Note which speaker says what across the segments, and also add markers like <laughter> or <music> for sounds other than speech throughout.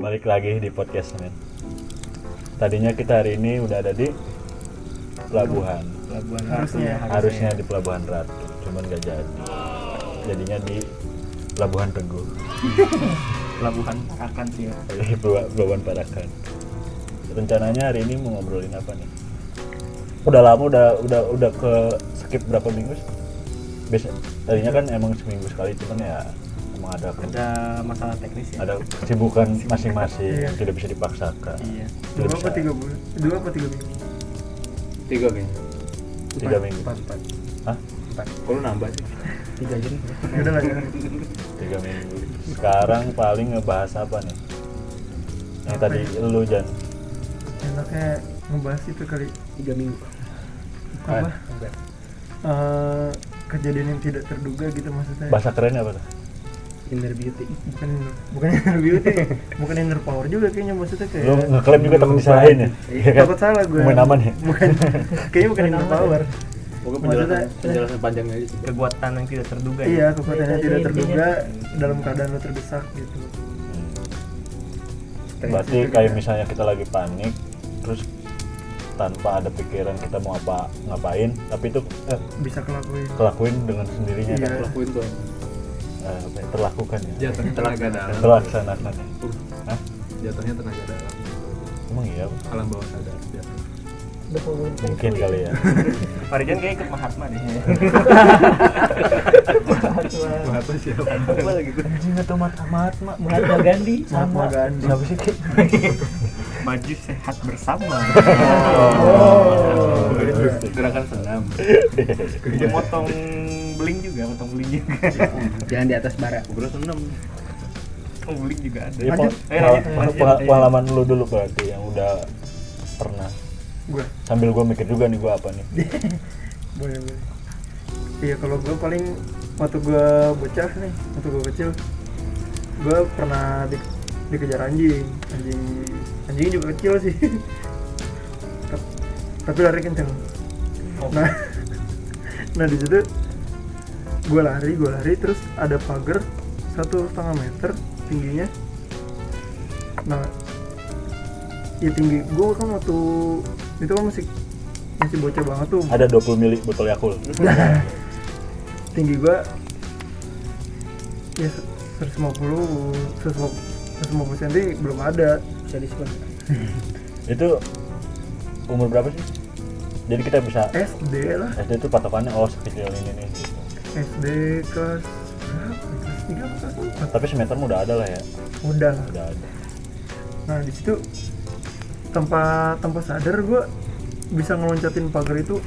Speaker 1: balik lagi di podcast men. Tadinya kita hari ini udah ada di pelabuhan.
Speaker 2: Pelabuhan
Speaker 3: Iya, Harusnya.
Speaker 2: Ratu.
Speaker 1: Harusnya di pelabuhan Ratu, cuman gak jadi. Jadinya di pelabuhan Teguh,
Speaker 3: pelabuhan akan sih ya.
Speaker 1: di Pelabu- pelabuhan Parakan. Rencananya hari ini mau ngobrolin apa nih? Udah lama udah udah udah ke skip berapa minggu? sih? Biasa tadinya kan emang seminggu sekali cuman ya emang ada
Speaker 3: ada masalah teknis ya
Speaker 1: ada kesibukan masing-masing yang
Speaker 2: Iya.
Speaker 1: tidak bisa dipaksakan.
Speaker 3: iya
Speaker 1: Tidak
Speaker 2: Dua apa
Speaker 1: bisa.
Speaker 2: tiga bulan? Dua apa tiga minggu?
Speaker 4: tiga kayaknya
Speaker 1: Tiga minggu.
Speaker 3: empat empat
Speaker 1: Hah?
Speaker 3: empat
Speaker 4: kalau nambah sih
Speaker 3: tiga jadi
Speaker 2: Ya udah lah ya.
Speaker 1: Tiga minggu. Sekarang paling ngebahas apa nih? Yang
Speaker 2: Apa Eh.
Speaker 1: tadi lu Jan.
Speaker 2: Enaknya ngebahas itu kali
Speaker 3: tiga minggu
Speaker 1: Eh,
Speaker 2: apa?
Speaker 3: Enggak.
Speaker 2: Eh, kejadian yang tidak terduga gitu maksudnya.
Speaker 1: bahasa kerennya
Speaker 2: Iya.
Speaker 1: apa tuh?
Speaker 3: inner beauty
Speaker 2: Bukan bukan inner beauty, ya. bukan inner power juga kayaknya maksudnya kayak.
Speaker 1: Lu ngeklaim juga takut disalahin ya? Iya kan?
Speaker 2: takut salah Hmm. gue.
Speaker 1: Main aman ya?
Speaker 2: Bukan. Kayaknya bukan inner power.
Speaker 4: pokoknya
Speaker 2: Maksudnya-
Speaker 4: penjelasan penjelasan panjangnya aja sih
Speaker 3: kekuatan yang tidak terduga
Speaker 2: Iya,
Speaker 3: ya?
Speaker 2: kekuatan yang
Speaker 3: Iya,
Speaker 2: tidak
Speaker 3: iya,
Speaker 2: terduga
Speaker 3: intinya.
Speaker 2: dalam keadaan lu terdesak gitu.
Speaker 1: Hmm. Berarti kayak misalnya kita lagi panik, terus tanpa ada pikiran kita mau apa ngapain, tapi itu eh,
Speaker 2: Bisa kelakuin.
Speaker 1: kelakuin dengan sendirinya kan?
Speaker 2: Iya.
Speaker 4: lakuin tuh
Speaker 1: Eh, apa ya, terlakukan ya?
Speaker 4: <laughs>
Speaker 5: jatuhnya tenaga dalam
Speaker 1: Terlaksanakan ya? Hah?
Speaker 5: jatuhnya tenaga dalam
Speaker 1: Emang iya?
Speaker 5: alam bawah sadar jatuh
Speaker 1: Mungkin kali ya.
Speaker 2: <laughs>
Speaker 3: Farijan kayak ikut Mahatma deh
Speaker 5: Mahatma siapa
Speaker 1: Anjing atau mata Mahatma
Speaker 3: Mahatma Gandhi
Speaker 2: Mahatma Gandhi.
Speaker 1: Siapa sih Ki?
Speaker 3: maju sehat bersama
Speaker 2: Oh.
Speaker 4: gerakan senam
Speaker 3: dia motong beling juga motong beling juga
Speaker 6: Jangan di atas bara.
Speaker 4: gerakan senam
Speaker 3: oh beling juga ada
Speaker 1: Iya,
Speaker 2: Lanjut.
Speaker 3: Eh, lanjut,
Speaker 1: Pak. Pengala-
Speaker 3: lanjut,
Speaker 1: pengala-
Speaker 3: lanjut.
Speaker 1: pengalaman lu dulu berarti yang udah pernah
Speaker 2: Gue
Speaker 1: sambil gua mikir juga nih gua apa nih
Speaker 2: boleh boleh iya kalau gue paling waktu gue bocah nih waktu gue kecil gue pernah di, dikejar anjing anjing anjing juga kecil sih <laughs> Tap- tapi lari kenceng nah <laughs> nah di situ gue lari gue lari terus ada pagar satu setengah meter tingginya nah ya tinggi gue kan waktu itu kan masih masih bocah banget tuh
Speaker 1: ada 20 mili botol Yakult
Speaker 2: <laughs> tinggi gua ya se- 150 150 150 cm belum ada
Speaker 3: bisa diskon
Speaker 1: itu umur berapa sih jadi kita bisa
Speaker 2: SD lah
Speaker 1: SD itu patokannya oh sekecil ini nih gitu.
Speaker 2: SD kelas berapa? kelas 3 apa kelas empat?
Speaker 1: tapi semeter mah udah ada lah ya
Speaker 2: udah lah
Speaker 1: udah ada
Speaker 2: nah di situ tanpa tanpa sadar gua bisa ngeloncatin pagar itu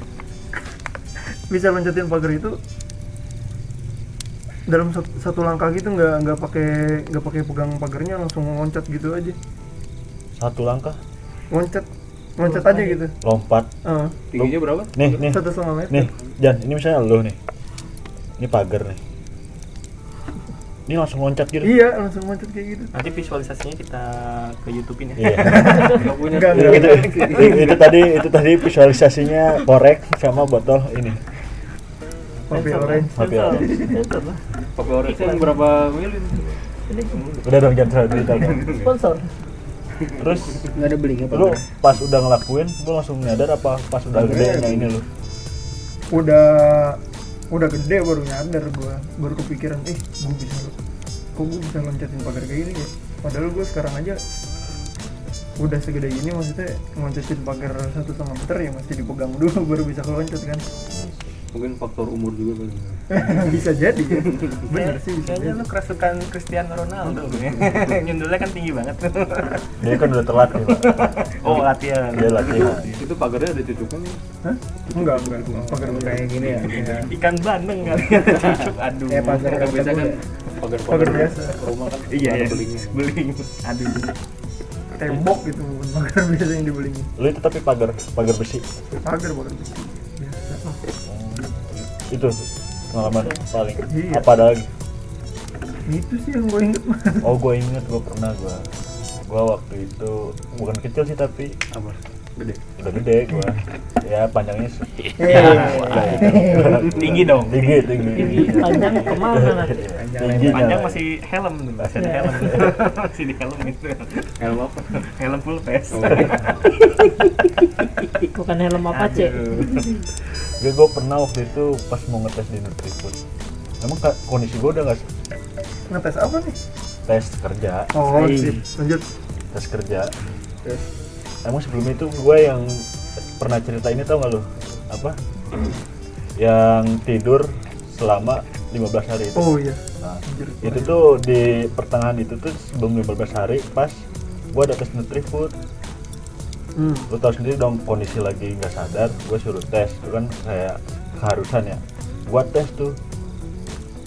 Speaker 2: <laughs> bisa loncatin pagar itu dalam sat- satu langkah gitu nggak nggak pakai nggak pakai pegang pagarnya langsung loncat gitu aja
Speaker 1: satu langkah
Speaker 2: loncat loncat aja gitu
Speaker 1: lompat
Speaker 2: Heeh.
Speaker 4: tingginya berapa
Speaker 1: nih nih
Speaker 2: satu setengah meter
Speaker 1: nih Jan ini misalnya lu nih ini pagar nih ini langsung loncat gitu
Speaker 2: iya langsung loncat kayak gitu
Speaker 3: nanti visualisasinya kita ke YouTube-in ya
Speaker 1: iya.
Speaker 4: lakuinnya
Speaker 2: Enggak,
Speaker 1: itu, itu, itu- itu tadi itu tadi visualisasinya korek sama botol ini
Speaker 2: kopi orange
Speaker 1: Kopi orange.
Speaker 3: Sponsor lah.
Speaker 4: pakai orang kan berapa mili
Speaker 1: udah dong jangan terlalu detail dong.
Speaker 3: sponsor
Speaker 1: terus
Speaker 6: Enggak ada belinya
Speaker 1: lu pas udah ngelakuin lu langsung nyadar apa pas udah gede nah ini lu
Speaker 2: udah udah gede baru nyadar gua baru kepikiran eh gua bisa kok gua bisa loncatin pagar kayak gini ya padahal gua sekarang aja udah segede ini maksudnya loncatin pagar satu setengah meter ya masih dipegang dulu <laughs> baru bisa loncat kan
Speaker 4: mungkin faktor umur juga kali ya.
Speaker 2: bisa jadi ya. bener sih bisa
Speaker 3: kayaknya
Speaker 2: jadi
Speaker 3: lu kerasukan Cristiano Ronaldo ya
Speaker 4: Iya.
Speaker 3: nyundulnya kan tinggi banget
Speaker 1: dia kan udah terlatih Pak.
Speaker 3: oh latihan
Speaker 1: dia latihan
Speaker 4: itu pagarnya ada cucukan nih
Speaker 2: Hah? enggak enggak pagar Iya.
Speaker 6: kayak gini ya.
Speaker 3: ikan bandeng kali
Speaker 4: Iya,
Speaker 3: cucuk aduh
Speaker 2: Eh,
Speaker 6: Kayak pasar
Speaker 4: Kan biasa kan pagar
Speaker 2: pagar biasa
Speaker 4: rumah kan
Speaker 3: iya
Speaker 4: ada
Speaker 3: ya
Speaker 4: belingnya.
Speaker 3: beling aduh
Speaker 2: tembok gitu bukan pagar biasa yang dibeliin
Speaker 1: lu itu tapi pagar pagar besi
Speaker 2: pagar pagar besi. biasa
Speaker 1: itu pengalaman paling
Speaker 2: Iya.
Speaker 1: apa ada lagi
Speaker 2: itu sih yang gue inget mah
Speaker 1: oh gue inget gue pernah gue gue waktu itu bukan kecil sih tapi
Speaker 4: apa gede
Speaker 1: udah gede gua ya panjangnya se-
Speaker 3: Tinggi dong.
Speaker 1: tinggi tinggi
Speaker 7: Iya. panjang kemana lah
Speaker 1: tinggi
Speaker 3: Panjang masih helm tuh, masih ada helm. masih di helm itu.
Speaker 4: helm
Speaker 3: <laughs>
Speaker 4: apa
Speaker 3: Helm full face.
Speaker 4: Oh.
Speaker 7: bukan helm apa cek
Speaker 1: gue gue pernah waktu itu pas mau ngetes di Nutrifood emang ka- kondisi gue udah gak se-
Speaker 2: ngetes apa nih
Speaker 1: tes kerja
Speaker 2: oh sip lanjut
Speaker 1: tes kerja emang sebelum itu gue yang pernah cerita ini tau gak lo apa yang tidur selama 15 hari itu
Speaker 2: oh iya
Speaker 1: Nah,
Speaker 2: Anjir,
Speaker 1: itu tuh di pertengahan itu tuh sebelum 15 hari pas gue ada tes Nutrifood
Speaker 2: hmm.
Speaker 1: lu tau sendiri dong kondisi lagi nggak sadar gue suruh tes itu kan kayak keharusan ya gua tes tuh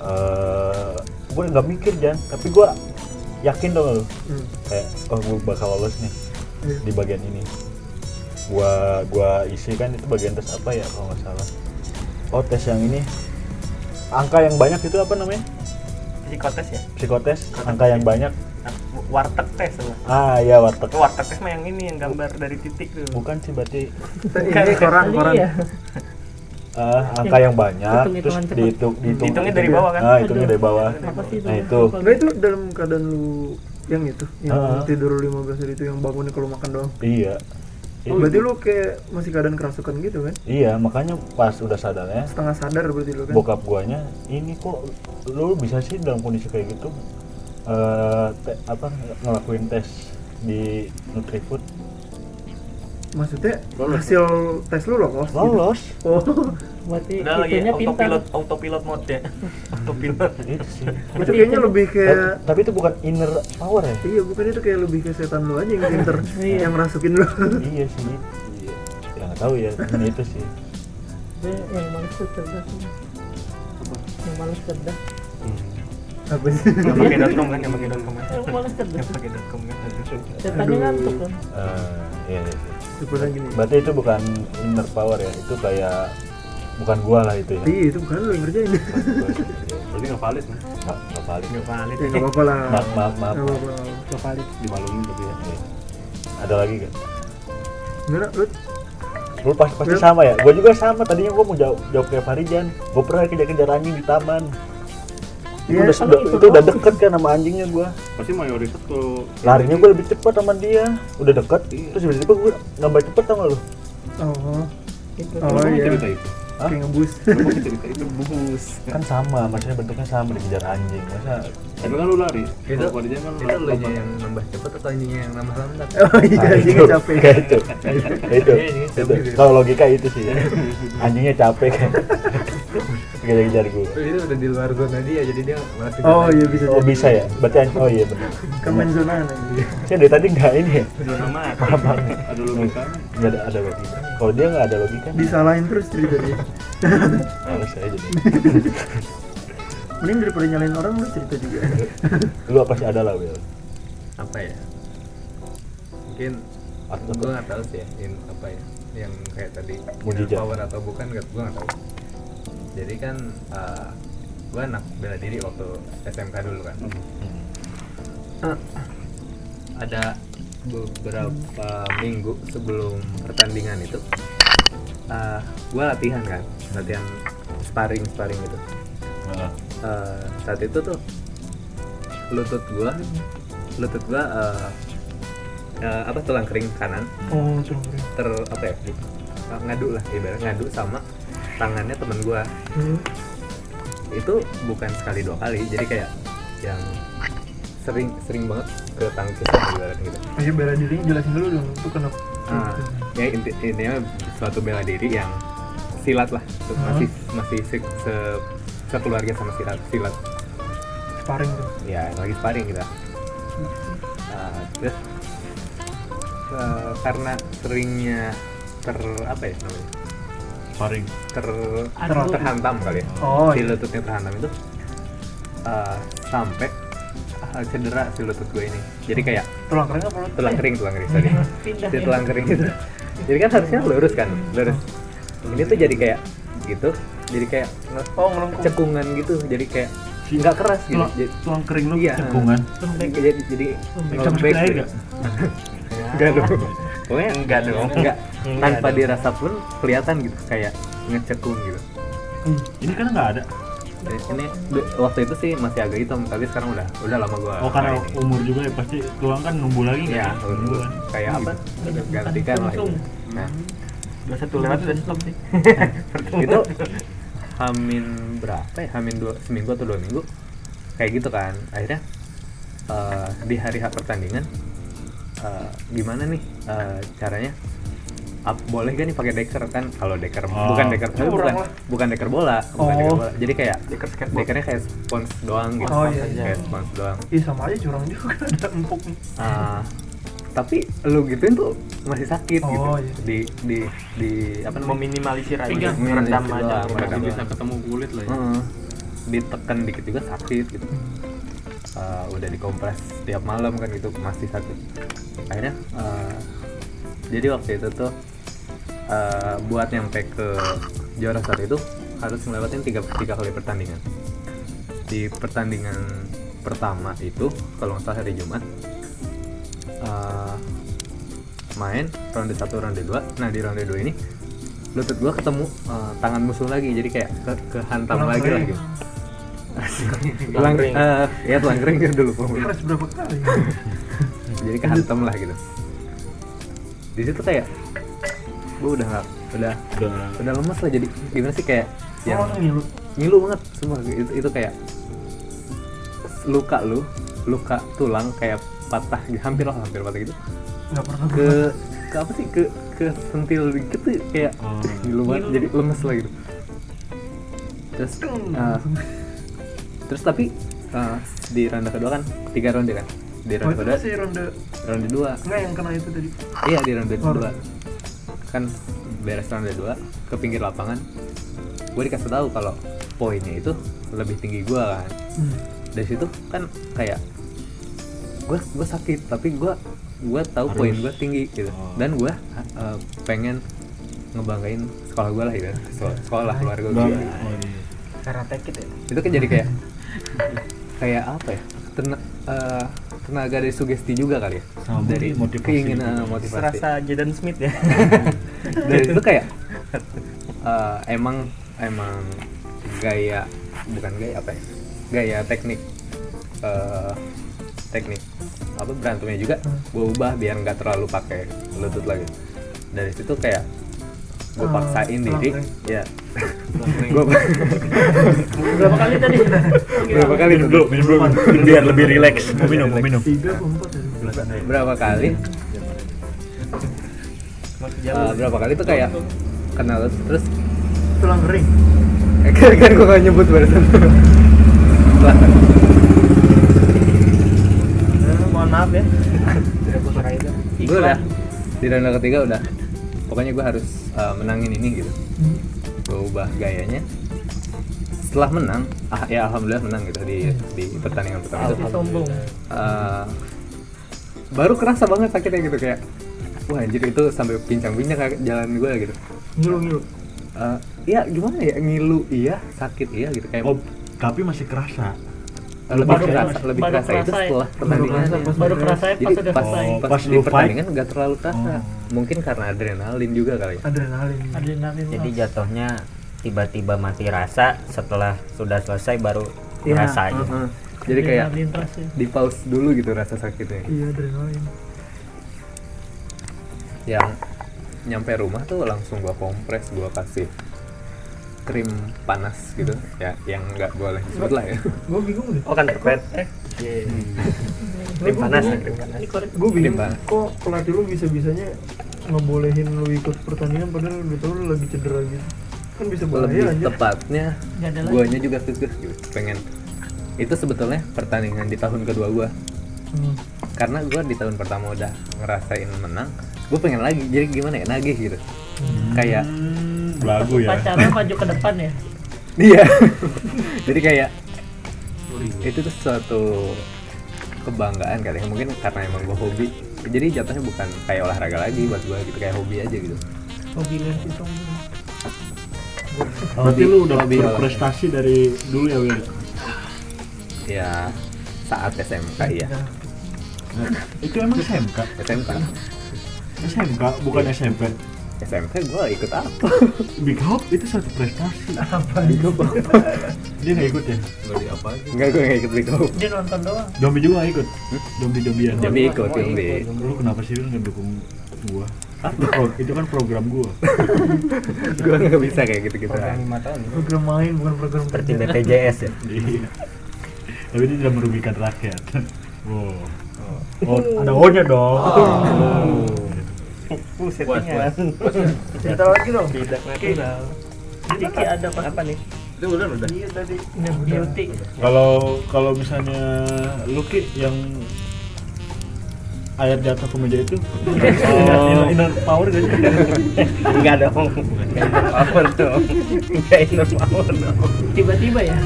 Speaker 1: eh gue nggak mikir Jan tapi gua yakin dong lu
Speaker 2: hmm.
Speaker 1: kayak oh gue bakal lolos nih
Speaker 2: Iya.
Speaker 1: di bagian ini gua gua isi kan itu bagian tes apa ya kalau nggak salah oh tes yang ini angka yang banyak itu apa namanya
Speaker 3: Psikotes ya? Ah,
Speaker 1: psikotes angka yang banyak
Speaker 3: Warteg tes tuh.
Speaker 1: ah ya warteg
Speaker 3: Itu warteg tes mah yang ini yang gambar dari titik tuh.
Speaker 1: bukan ya. sih berarti
Speaker 2: ini koran koran
Speaker 7: Iya.
Speaker 1: eh, angka yang banyak
Speaker 7: Hitung-hitungan
Speaker 1: terus
Speaker 7: cepat.
Speaker 1: dihitung dihitung-
Speaker 3: Hmm. Hitungnya dari bawah kan?
Speaker 1: Ah, hitungnya
Speaker 7: Aduh.
Speaker 1: dari bawah.
Speaker 7: apa sih itu
Speaker 1: Nah, itu.
Speaker 2: Enggak itu dalam keadaan lu yang itu, yang
Speaker 1: Ah.
Speaker 2: tidur 15 hari itu yang bangunnya kalau makan doang.
Speaker 1: Iya.
Speaker 3: Oh,
Speaker 1: Itu-
Speaker 2: berarti lu kayak masih keadaan kerasukan gitu kan?
Speaker 1: Iya, makanya pas udah sadarnya
Speaker 2: Setengah sadar berarti lu kan?
Speaker 1: bokap guanya ini kok lu bisa sih dalam kondisi kayak gitu eh te- apa ngelakuin tes di Nutrifood
Speaker 2: Maksudnya hasil tes lu lolos. gitu?
Speaker 1: lolos
Speaker 2: Oh, <laughs>
Speaker 7: berarti
Speaker 3: Udah lagi
Speaker 8: iya,
Speaker 7: itunya pintar
Speaker 3: autopilot, autopilot mode ya. Autopilot.
Speaker 1: itu sih
Speaker 2: itu kayaknya lebih
Speaker 1: tapi,
Speaker 2: kayak
Speaker 1: tapi itu bukan inner power ya
Speaker 2: Iya, bukan itu kayak lebih ke setan lu aja yang <laughs> pinter,
Speaker 7: Iya.
Speaker 2: yang ngerasukin <laughs> lu.
Speaker 1: iya sih iya. ya nggak tahu ya cuman itu sih
Speaker 7: Dia yang malas tuh cerdas yang malas cerdas
Speaker 2: Apa sih?
Speaker 3: Yang pakai dotcom kan, yang pakai dotcom kan.
Speaker 7: yang malas cerdas
Speaker 3: Yang pakai dotcom kan.
Speaker 7: setannya
Speaker 2: Aduh.
Speaker 7: ngantuk kan
Speaker 1: Eh, iya, iya sih.
Speaker 2: Sebenarnya gini.
Speaker 1: berarti itu bukan inner power ya itu kayak bukan gua lah itu ya
Speaker 2: Iya, itu bukan lu yang ngerjain. <laughs>
Speaker 4: berarti nggak valid kan Iya,
Speaker 1: nggak nggak valid
Speaker 3: Enggak valid.
Speaker 2: ya enggak apa-apa lah.
Speaker 1: maaf maaf maaf
Speaker 2: Enggak apa-apa.
Speaker 4: dimalumin tapi ya
Speaker 1: Iya. ada lagi gak?
Speaker 2: Gimana lu?
Speaker 1: Lu pas, pasti
Speaker 2: Ya.
Speaker 1: sama ya? Gue juga sama, tadinya gue mau jauh, jauh tiap hari Jan Gue pernah kejar-kejar anjing di taman itu,
Speaker 2: Iya,
Speaker 1: udah,
Speaker 7: kan
Speaker 1: udah-
Speaker 7: itu
Speaker 1: itu udah
Speaker 7: doang.
Speaker 1: deket kan sama anjingnya gue
Speaker 4: pasti mayoritas tuh
Speaker 1: Larinya gue lebih cepat sama dia Udah deket,
Speaker 4: Iya.
Speaker 1: terus tiba-tiba gue nambah cepet tau gak lu?
Speaker 2: Oh,
Speaker 7: gitu
Speaker 2: Oh,
Speaker 4: Kenapa
Speaker 2: iya.
Speaker 4: cerita itu
Speaker 1: Hah?
Speaker 2: kayak <laughs> ngebus.
Speaker 4: Kenapa cerita itu
Speaker 1: Kan sama, maksudnya bentuknya sama dikejar anjing Masa
Speaker 4: tapi kan lu lari
Speaker 5: Itu-
Speaker 4: kalau dia kan
Speaker 5: Itu lu nya yang nambah cepet atau anjingnya yang nambah lambat?
Speaker 4: <laughs>
Speaker 2: Oh iya,
Speaker 1: Nah,
Speaker 2: anjingnya capek.
Speaker 1: Kayak itu. itu.
Speaker 5: Iya, anjingnya
Speaker 1: itu.
Speaker 5: capek.
Speaker 1: Kalau logika itu sih. ya. Anjingnya capek kan. Kejar-kejar gue.
Speaker 5: Tapi Oh, itu udah di luar zona dia, jadi dia masih
Speaker 2: Oh iya bisa
Speaker 1: Oh
Speaker 2: jadi.
Speaker 1: bisa ya? Berarti anjing. Oh iya benar.
Speaker 2: Kan main zona nanti.
Speaker 1: Saya dari tadi nggak ini ya.
Speaker 3: Zona mati.
Speaker 1: Paham
Speaker 4: ada lu kan
Speaker 1: Nggak ada, ada logika. Kalau dia nggak ada logika, Ah,
Speaker 2: Disalahin terus cerita <laughs> dia.
Speaker 1: males saya jadi.
Speaker 2: Mending daripada nyalain orang lu cerita juga.
Speaker 1: Lu apa sih ada lah Will?
Speaker 5: apa ya? Mungkin
Speaker 1: Atau
Speaker 5: gue nggak tahu sih ya, in- apa ya yang kayak tadi
Speaker 1: Mujizat.
Speaker 5: inner power atau bukan nggak gue nggak tahu. Jadi kan eh, gue anak bela diri waktu SMK dulu kan.
Speaker 1: Hmm.
Speaker 5: ada beberapa minggu sebelum pertandingan itu eh gue latihan kan latihan sparring sparring gitu
Speaker 1: Nah,
Speaker 5: Eh, saat itu tuh lutut gue lutut gue apa tulang kering kanan
Speaker 2: Oh, tuh.
Speaker 5: ter apa ya eh, ngadu lah ibarat ngadu sama tangannya temen gue
Speaker 2: Hmm.
Speaker 5: itu bukan sekali dua kali jadi kayak yang sering sering banget ke tangkis lah ibarat gitu
Speaker 2: Ayo bela dirinya jelasin dulu dong. Itu kenapa?
Speaker 5: Ah, ya inti, intinya suatu bela diri yang silat lah masih masih se, se- sekeluarga sama silat silat
Speaker 2: Sparring tuh.
Speaker 5: ya lagi sparring kita Ah, terus eh, karena seringnya ter apa ya namanya
Speaker 1: Sparring.
Speaker 5: ter
Speaker 7: Aduh.
Speaker 5: terhantam kali ya
Speaker 2: Oh,
Speaker 5: si
Speaker 2: iya.
Speaker 5: lututnya terhantam itu eh, sampai ah, cedera si lutut gue ini jadi kayak
Speaker 2: Tulang kering apa lu?
Speaker 5: tulang kering tulang kering sorry
Speaker 2: Iya,
Speaker 7: pindah
Speaker 5: si
Speaker 7: ya.
Speaker 5: tulang kering itu jadi kan harusnya lurus kan lurus ini tuh jadi kayak gitu jadi kayak nge-
Speaker 2: Oh, ngelengkung.
Speaker 5: cekungan gitu jadi kayak nggak keras gitu jadi,
Speaker 1: Tulang kering
Speaker 5: iya
Speaker 1: cekungan.
Speaker 5: jadi jadi
Speaker 7: Lembek.
Speaker 5: ngelembek
Speaker 1: Sampai air
Speaker 5: gitu.
Speaker 1: nggak?
Speaker 5: Nggak dong Pokoknya
Speaker 3: Enggak dong.
Speaker 5: Enggak.
Speaker 3: Enggak
Speaker 5: Tanpa
Speaker 3: dong.
Speaker 5: dirasa pun kelihatan gitu kayak ngecekung gitu.
Speaker 1: Ini kan nggak ada.
Speaker 5: Jadi ini du- waktu itu sih masih agak hitam, tapi sekarang udah udah lama gua.
Speaker 1: Oh karena
Speaker 5: ini.
Speaker 1: umur juga ya pasti tulang kan numbuh lagi nggak
Speaker 5: Iya,
Speaker 1: sih? Numbuh kan.
Speaker 5: kayak apa?
Speaker 7: Banyak
Speaker 5: Gantikan
Speaker 7: makan
Speaker 5: lah. itu.
Speaker 7: sum-sum.
Speaker 5: Nah,
Speaker 3: Udah satu lewat udah stop
Speaker 5: <laughs>
Speaker 3: sih.
Speaker 5: itu hamin berapa ya hamin dua seminggu atau dua minggu kayak gitu kan akhirnya eh, di hari hak pertandingan eh, gimana nih eh, caranya Ap- boleh gak nih pakai deker kan kalau deker
Speaker 1: Oh.
Speaker 5: bukan deker tapi bukan bukan deker bola bukan
Speaker 2: Oh.
Speaker 5: deker bola jadi kayak
Speaker 3: Deker skateboard.
Speaker 5: dekernya kayak spons doang gitu
Speaker 2: Oh, iya, iya.
Speaker 5: kayak spons doang
Speaker 2: Ih sama aja curang juga ada empuk nih.
Speaker 5: Ah, tapi lu gituin tuh masih sakit gitu
Speaker 2: Oh, iya.
Speaker 5: di di di apa namanya
Speaker 3: Meminimalisir aja,
Speaker 5: Pegang.
Speaker 3: meredam aja.
Speaker 5: Meminimalisir doang,
Speaker 4: Berarti
Speaker 5: meredam.
Speaker 4: bisa ketemu kulit lah ya.
Speaker 5: Heeh. ditekan dikit juga sakit gitu Eh, udah dikompres tiap malam kan gitu masih sakit akhirnya eh, jadi waktu itu tuh eh, buat nyampe ke juara saat itu harus melewatin tiga tiga kali pertandingan di pertandingan pertama itu kalau nggak salah hari Jumat eh, main ronde satu ronde dua nah di ronde dua ini lutut gua ketemu eh, tangan musuh lagi jadi kayak ke kehantam
Speaker 2: Tulang
Speaker 5: lagi gitu.
Speaker 2: kering. <laughs>
Speaker 5: lagi tulang
Speaker 3: kering.
Speaker 5: eh, ya tulang kering kan dulu pokoknya.
Speaker 2: Keras Iya, berapa kali?
Speaker 5: jadi kehantam lah gitu di situ kayak gua udah nggak udah
Speaker 1: Udah nggak-
Speaker 5: udah lemes lah jadi gimana sih kayak yang
Speaker 2: Oh ngilu.
Speaker 5: ngilu banget semua itu, itu kayak luka lu luka tulang kayak patah <laughs> hampir lah hampir patah gitu
Speaker 2: Nggak pernah
Speaker 5: ke ke apa sih ke ke sentil dikit tuh kayak
Speaker 2: Hmm.
Speaker 5: ngilu banget jadi lemes lah gitu terus eh, terus tapi eh, di ronde kedua kan tiga ronde kan di
Speaker 2: Oh
Speaker 5: ronde
Speaker 2: itu
Speaker 5: kedua
Speaker 2: masih ronde
Speaker 5: ronde dua
Speaker 2: Enggak yang kena itu tadi
Speaker 5: Iya di ronde
Speaker 2: Oh,
Speaker 5: kedua kan beres ronde dua ke pinggir lapangan gue dikasih tahu kalau poinnya itu lebih tinggi gue kan
Speaker 2: Hmm.
Speaker 5: dari situ kan kayak gue gue sakit tapi gue gue tahu poin gue tinggi gitu
Speaker 1: Oh.
Speaker 5: dan gue pengen ngebanggain sekolah gue lah gitu sekolah, sekolah keluarga
Speaker 1: Udah
Speaker 5: gue
Speaker 1: nggak- oh, iya.
Speaker 3: Karena tekit ya.
Speaker 5: itu kan jadi kayak kayak apa ya Tena- eh, tenaga dari sugesti juga kali ya
Speaker 1: Sama
Speaker 5: dari
Speaker 1: motivasi.
Speaker 5: keinginan eh, motivasi
Speaker 3: Serasa Jaden Smith ya.
Speaker 5: dan itu kayak eh, emang emang gaya bukan gaya apa ya gaya teknik eh, teknik apa berantemnya juga gue ubah biar nggak terlalu pakai lutut lagi dari situ kayak gue
Speaker 2: Ah,
Speaker 5: paksain diri
Speaker 2: tulang
Speaker 5: ya gue
Speaker 2: Berapa kali tadi?
Speaker 5: berapa kali
Speaker 1: Minum dulu, minum dulu, biar lebih rileks. Mau minum, mau minum.
Speaker 2: Tiga atau empat ya. tadi
Speaker 5: berapa kali eh, berapa kali tuh kayak kenal terus
Speaker 2: Tulang kering
Speaker 5: Eh, kan kan gue gak nyebut barusan Selatan.
Speaker 3: Eh, <laughs> Mohon maaf ya. Tidak gua suka itu.
Speaker 5: gue udah di ronde ketiga udah pokoknya gue harus uh, menangin ini gitu gue ubah gayanya setelah menang ah, ya alhamdulillah menang gitu di di pertandingan pertama itu
Speaker 7: Masih sombong.
Speaker 5: Uh, baru kerasa banget sakitnya gitu kayak wah anjir itu sampai pincang-pincang kayak jalan gue gitu
Speaker 2: Ngilu ngilu
Speaker 5: Uh, ya gimana ya ngilu iya sakit iya gitu kayak
Speaker 1: Oh, tapi masih kerasa.
Speaker 5: lebih
Speaker 1: baru-
Speaker 5: kerasa lebih
Speaker 7: Oh, baru
Speaker 5: kerasa
Speaker 7: kerasa
Speaker 5: itu
Speaker 7: ya.
Speaker 5: setelah pertandingan
Speaker 2: kerasa pas
Speaker 7: Baru kerasa ya pas
Speaker 5: jadi
Speaker 7: udah
Speaker 5: pas,
Speaker 7: selesai.
Speaker 1: Oh.
Speaker 5: pas,
Speaker 1: Pas
Speaker 5: di
Speaker 1: lu fight.
Speaker 5: pertandingan nggak terlalu kerasa
Speaker 1: Oh.
Speaker 5: mungkin karena adrenalin juga kali ya
Speaker 7: Ah,
Speaker 2: Adrenalin
Speaker 7: Adrenalin.
Speaker 8: Jadi jatuhnya
Speaker 7: ah.
Speaker 8: tiba-tiba mati rasa setelah sudah selesai baru
Speaker 5: Iya,
Speaker 8: merasa aja.
Speaker 3: Uh-huh.
Speaker 5: heeh. jadi kayak
Speaker 7: Adrenalin rush ya.
Speaker 5: di pause dulu gitu rasa sakitnya
Speaker 2: Iya adrenalin
Speaker 5: yang nyampe rumah tuh langsung gua kompres gua kasih krim panas gitu ya yang nggak boleh disebut lah
Speaker 7: <laughs>
Speaker 5: ya
Speaker 2: Gue bingung deh
Speaker 3: Oh kan terpet. Eh.
Speaker 8: Hmm.
Speaker 3: Krim panas ya, krim panas.
Speaker 7: Ini korek.
Speaker 2: Gue bingung
Speaker 5: Gimana?
Speaker 2: kok pelatih lu bisa-bisanya ngebolehin lu ikut pertandingan padahal udah tau lu lagi cedera gitu kan bisa bahaya
Speaker 5: lebih
Speaker 2: aja
Speaker 5: tepatnya
Speaker 7: Iya, Nggak ada lagi.
Speaker 5: guanya juga kekeh gitu pengen itu sebetulnya pertandingan di tahun kedua gua
Speaker 2: Hmm.
Speaker 5: karena gua di tahun pertama udah ngerasain menang gue pengen lagi jadi gimana ya nagih gitu
Speaker 4: Hmm.
Speaker 5: kayak <laughs>
Speaker 1: Lagu ya.
Speaker 7: Pacaran maju ke depan ya.
Speaker 5: Iya. Jadi kayak itu tuh suatu kebanggaan kali ya. Mungkin karena emang gue hobi. Jadi jatuhnya bukan kayak olahraga lagi buat gue gitu kayak hobi aja gitu.
Speaker 7: Hobi lu yang si sombong.
Speaker 1: Berarti lu udah
Speaker 5: Lebih-
Speaker 1: berprestasi dari dulu ya, Wil?
Speaker 5: Ya saat SMK ya.
Speaker 1: Itu emang SMK?
Speaker 5: SMK.
Speaker 1: SMK bukan SMP
Speaker 5: SMP gue ikut apa?
Speaker 1: Big Hop itu suatu prestasi dia nggak ikut ya
Speaker 4: Dari apa aja?
Speaker 5: Enggak gue nggak ikut Beko.
Speaker 3: Dia nonton doang.
Speaker 1: Zombie juga nggak ikut
Speaker 2: Hmm?
Speaker 1: zombie zombian
Speaker 5: Jambi ikut,
Speaker 3: Semua
Speaker 5: Jambi.
Speaker 3: ikut.
Speaker 1: lu kenapa sih lu nggak dukung gua itu, pro- itu kan program gua
Speaker 5: Gue nggak bisa kayak gitu-gitu.
Speaker 3: Program lima tahun.
Speaker 2: program main bukan program
Speaker 8: seperti BPJS ya
Speaker 1: iya tapi itu tidak merugikan rakyat wow Oh, ada O-nya dong. Iya.
Speaker 3: Uh, settingnya.
Speaker 2: cerita lagi dong
Speaker 3: Tidak natural. Jadi kayak ada apa, apa nih?
Speaker 4: Itu udah udah.
Speaker 3: Iya tadi. Beauty.
Speaker 1: Kalau kalau misalnya Luki yang air jatuh ke meja itu
Speaker 3: Oh.
Speaker 1: inner, inner power gak sih?
Speaker 3: <laughs>
Speaker 8: enggak dong enggak inner power dong enggak inner power dong
Speaker 7: tiba-tiba ya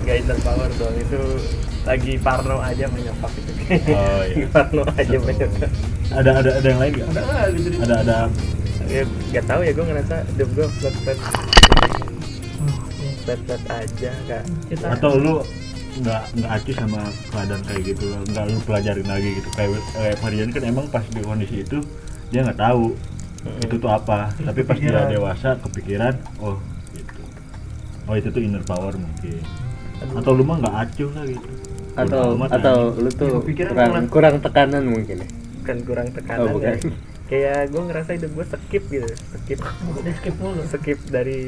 Speaker 3: Gak inner power dong itu lagi parno aja menyepak itu.
Speaker 1: Oh, iya.
Speaker 3: Parno aja menyepak.
Speaker 1: <laughs> ada ada ada yang lain gak?
Speaker 3: Ah, gitu deh.
Speaker 1: ada ada
Speaker 3: ya nggak tahu ya gue ngerasa hidup gue flat flat
Speaker 2: Hmm.
Speaker 3: flat flat aja kak
Speaker 7: kita
Speaker 1: atau lu nggak nggak acuh sama keadaan kayak gitu nggak lu pelajarin lagi gitu kayak kayak Marian kan emang pas di kondisi itu dia nggak tahu itu tuh apa tapi pas dia
Speaker 2: Kepikiran.
Speaker 1: dewasa kepikiran oh gitu oh itu tuh inner power mungkin atau lu mah nggak acuh lah gitu
Speaker 5: Atau
Speaker 1: Bodo amat
Speaker 5: atau
Speaker 1: lah.
Speaker 5: lu tuh
Speaker 2: kepikiran
Speaker 5: kurang
Speaker 2: banget.
Speaker 5: kurang tekanan mungkin ya.
Speaker 3: bukan kurang tekanan
Speaker 5: Oh, bukan.
Speaker 3: ya. kayak gue ngerasa hidup gue skip gitu skip
Speaker 7: udah skip mulu
Speaker 3: skip dari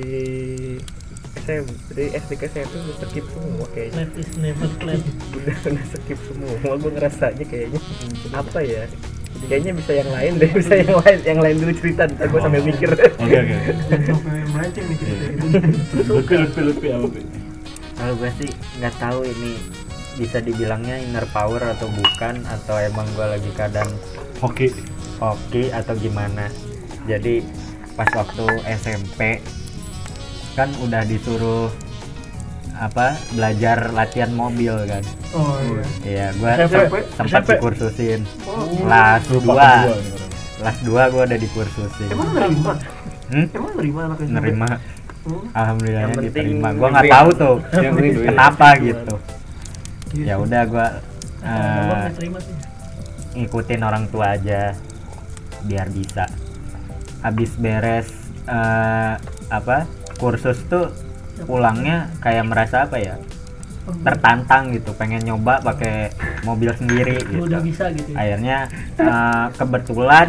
Speaker 3: SM dari SD ke SMP udah skip semua kayaknya
Speaker 7: flat is never flat
Speaker 3: udah <laughs> udah skip semua gue ngerasanya kayaknya apa ya kayaknya bisa yang lain deh <laughs> bisa yang lain yang lain dulu cerita ntar gue sambil mikir
Speaker 1: Oh.
Speaker 3: <laughs>
Speaker 1: oke oke
Speaker 2: jangan sampai melenceng nih cerita ini
Speaker 1: lebih lebih lebih apa Pi?
Speaker 8: kalau gue sih nggak tahu ini bisa dibilangnya inner power atau bukan atau emang gue lagi kadang
Speaker 1: hoki
Speaker 8: hoki atau gimana jadi pas waktu SMP kan udah disuruh apa belajar latihan mobil kan
Speaker 2: oh iya
Speaker 8: Iya, gua
Speaker 1: SMP?
Speaker 8: sempat
Speaker 1: SMP?
Speaker 8: dikursusin.
Speaker 2: Oh.
Speaker 8: Kelas
Speaker 1: Lupa
Speaker 8: 2. Kelas 2 gua udah dikursusin.
Speaker 2: Oh, emang nerima
Speaker 8: Hmm?
Speaker 2: emang nerima anaknya
Speaker 8: Nerima.
Speaker 2: Oh.
Speaker 8: Alhamdulillahnya
Speaker 3: Yang penting
Speaker 8: diterima. Gua nggak
Speaker 5: duit.
Speaker 8: tahu tuh
Speaker 5: Yang penting duit.
Speaker 8: kenapa gitu.
Speaker 2: Iya
Speaker 8: Ya
Speaker 2: sih.
Speaker 8: udah gua
Speaker 7: Nah, gua
Speaker 8: eh,
Speaker 7: nggak terima sih
Speaker 8: ngikutin orang tua aja biar bisa. Habis beres eh, apa? Kursus tuh pulangnya kayak merasa apa ya? tertantang gitu pengen nyoba pakai mobil sendiri
Speaker 7: Lu
Speaker 8: gitu.
Speaker 7: udah bisa gitu ya.
Speaker 8: akhirnya eh, kebetulan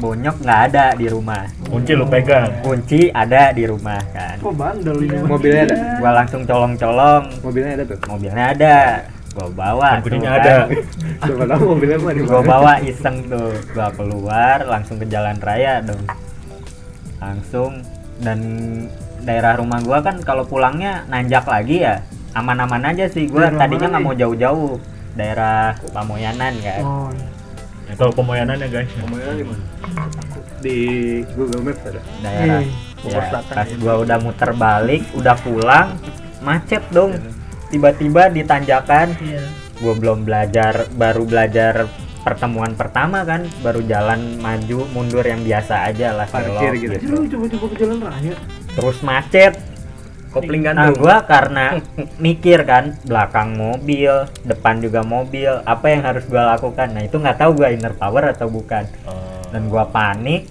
Speaker 8: bonyok nggak ada di rumah
Speaker 1: kunci lu pegang
Speaker 8: kunci ada di rumah kan
Speaker 2: kok bandel ini
Speaker 5: Mobilnya
Speaker 2: <laughs>
Speaker 5: ada.
Speaker 3: Iya.
Speaker 8: gua langsung colong-colong
Speaker 5: Mobilnya ada tuh.
Speaker 8: mobilnya ada gua bawa
Speaker 1: Kan
Speaker 8: tuh,
Speaker 1: kuncinya
Speaker 8: kan.
Speaker 1: ada
Speaker 5: Siapa tahu mobilnya mah di
Speaker 8: gua
Speaker 5: mana.
Speaker 8: bawa iseng tuh gua keluar langsung ke jalan raya dong langsung dan daerah rumah gua kan kalau pulangnya nanjak lagi ya aman-aman aja sih gua
Speaker 2: Daerah
Speaker 8: tadinya
Speaker 2: mana
Speaker 8: nggak mau
Speaker 2: nih?
Speaker 8: jauh-jauh daerah Pamoyanan kan
Speaker 2: oh iya.
Speaker 1: atau pemoyanannya guys
Speaker 4: Pemainnya di mana?
Speaker 5: Di Google Maps ada.
Speaker 8: daerah
Speaker 2: Iya,
Speaker 8: ya, pas gua udah muter balik udah pulang macet dong
Speaker 2: Iya.
Speaker 8: tiba-tiba di tanjakan
Speaker 7: iya
Speaker 8: gua belum belajar baru belajar pertemuan pertama kan baru jalan maju mundur yang biasa aja lah
Speaker 5: Parkir
Speaker 8: belok
Speaker 5: gitu.
Speaker 2: Jadi lu coba-coba ke jalan raya
Speaker 8: terus macet
Speaker 3: kopling
Speaker 5: Ah.
Speaker 8: nah
Speaker 3: gantung
Speaker 8: gua karena mikir kan belakang mobil depan juga mobil apa yang harus gua lakukan nah itu nggak tahu gua inner power atau bukan dan gua panik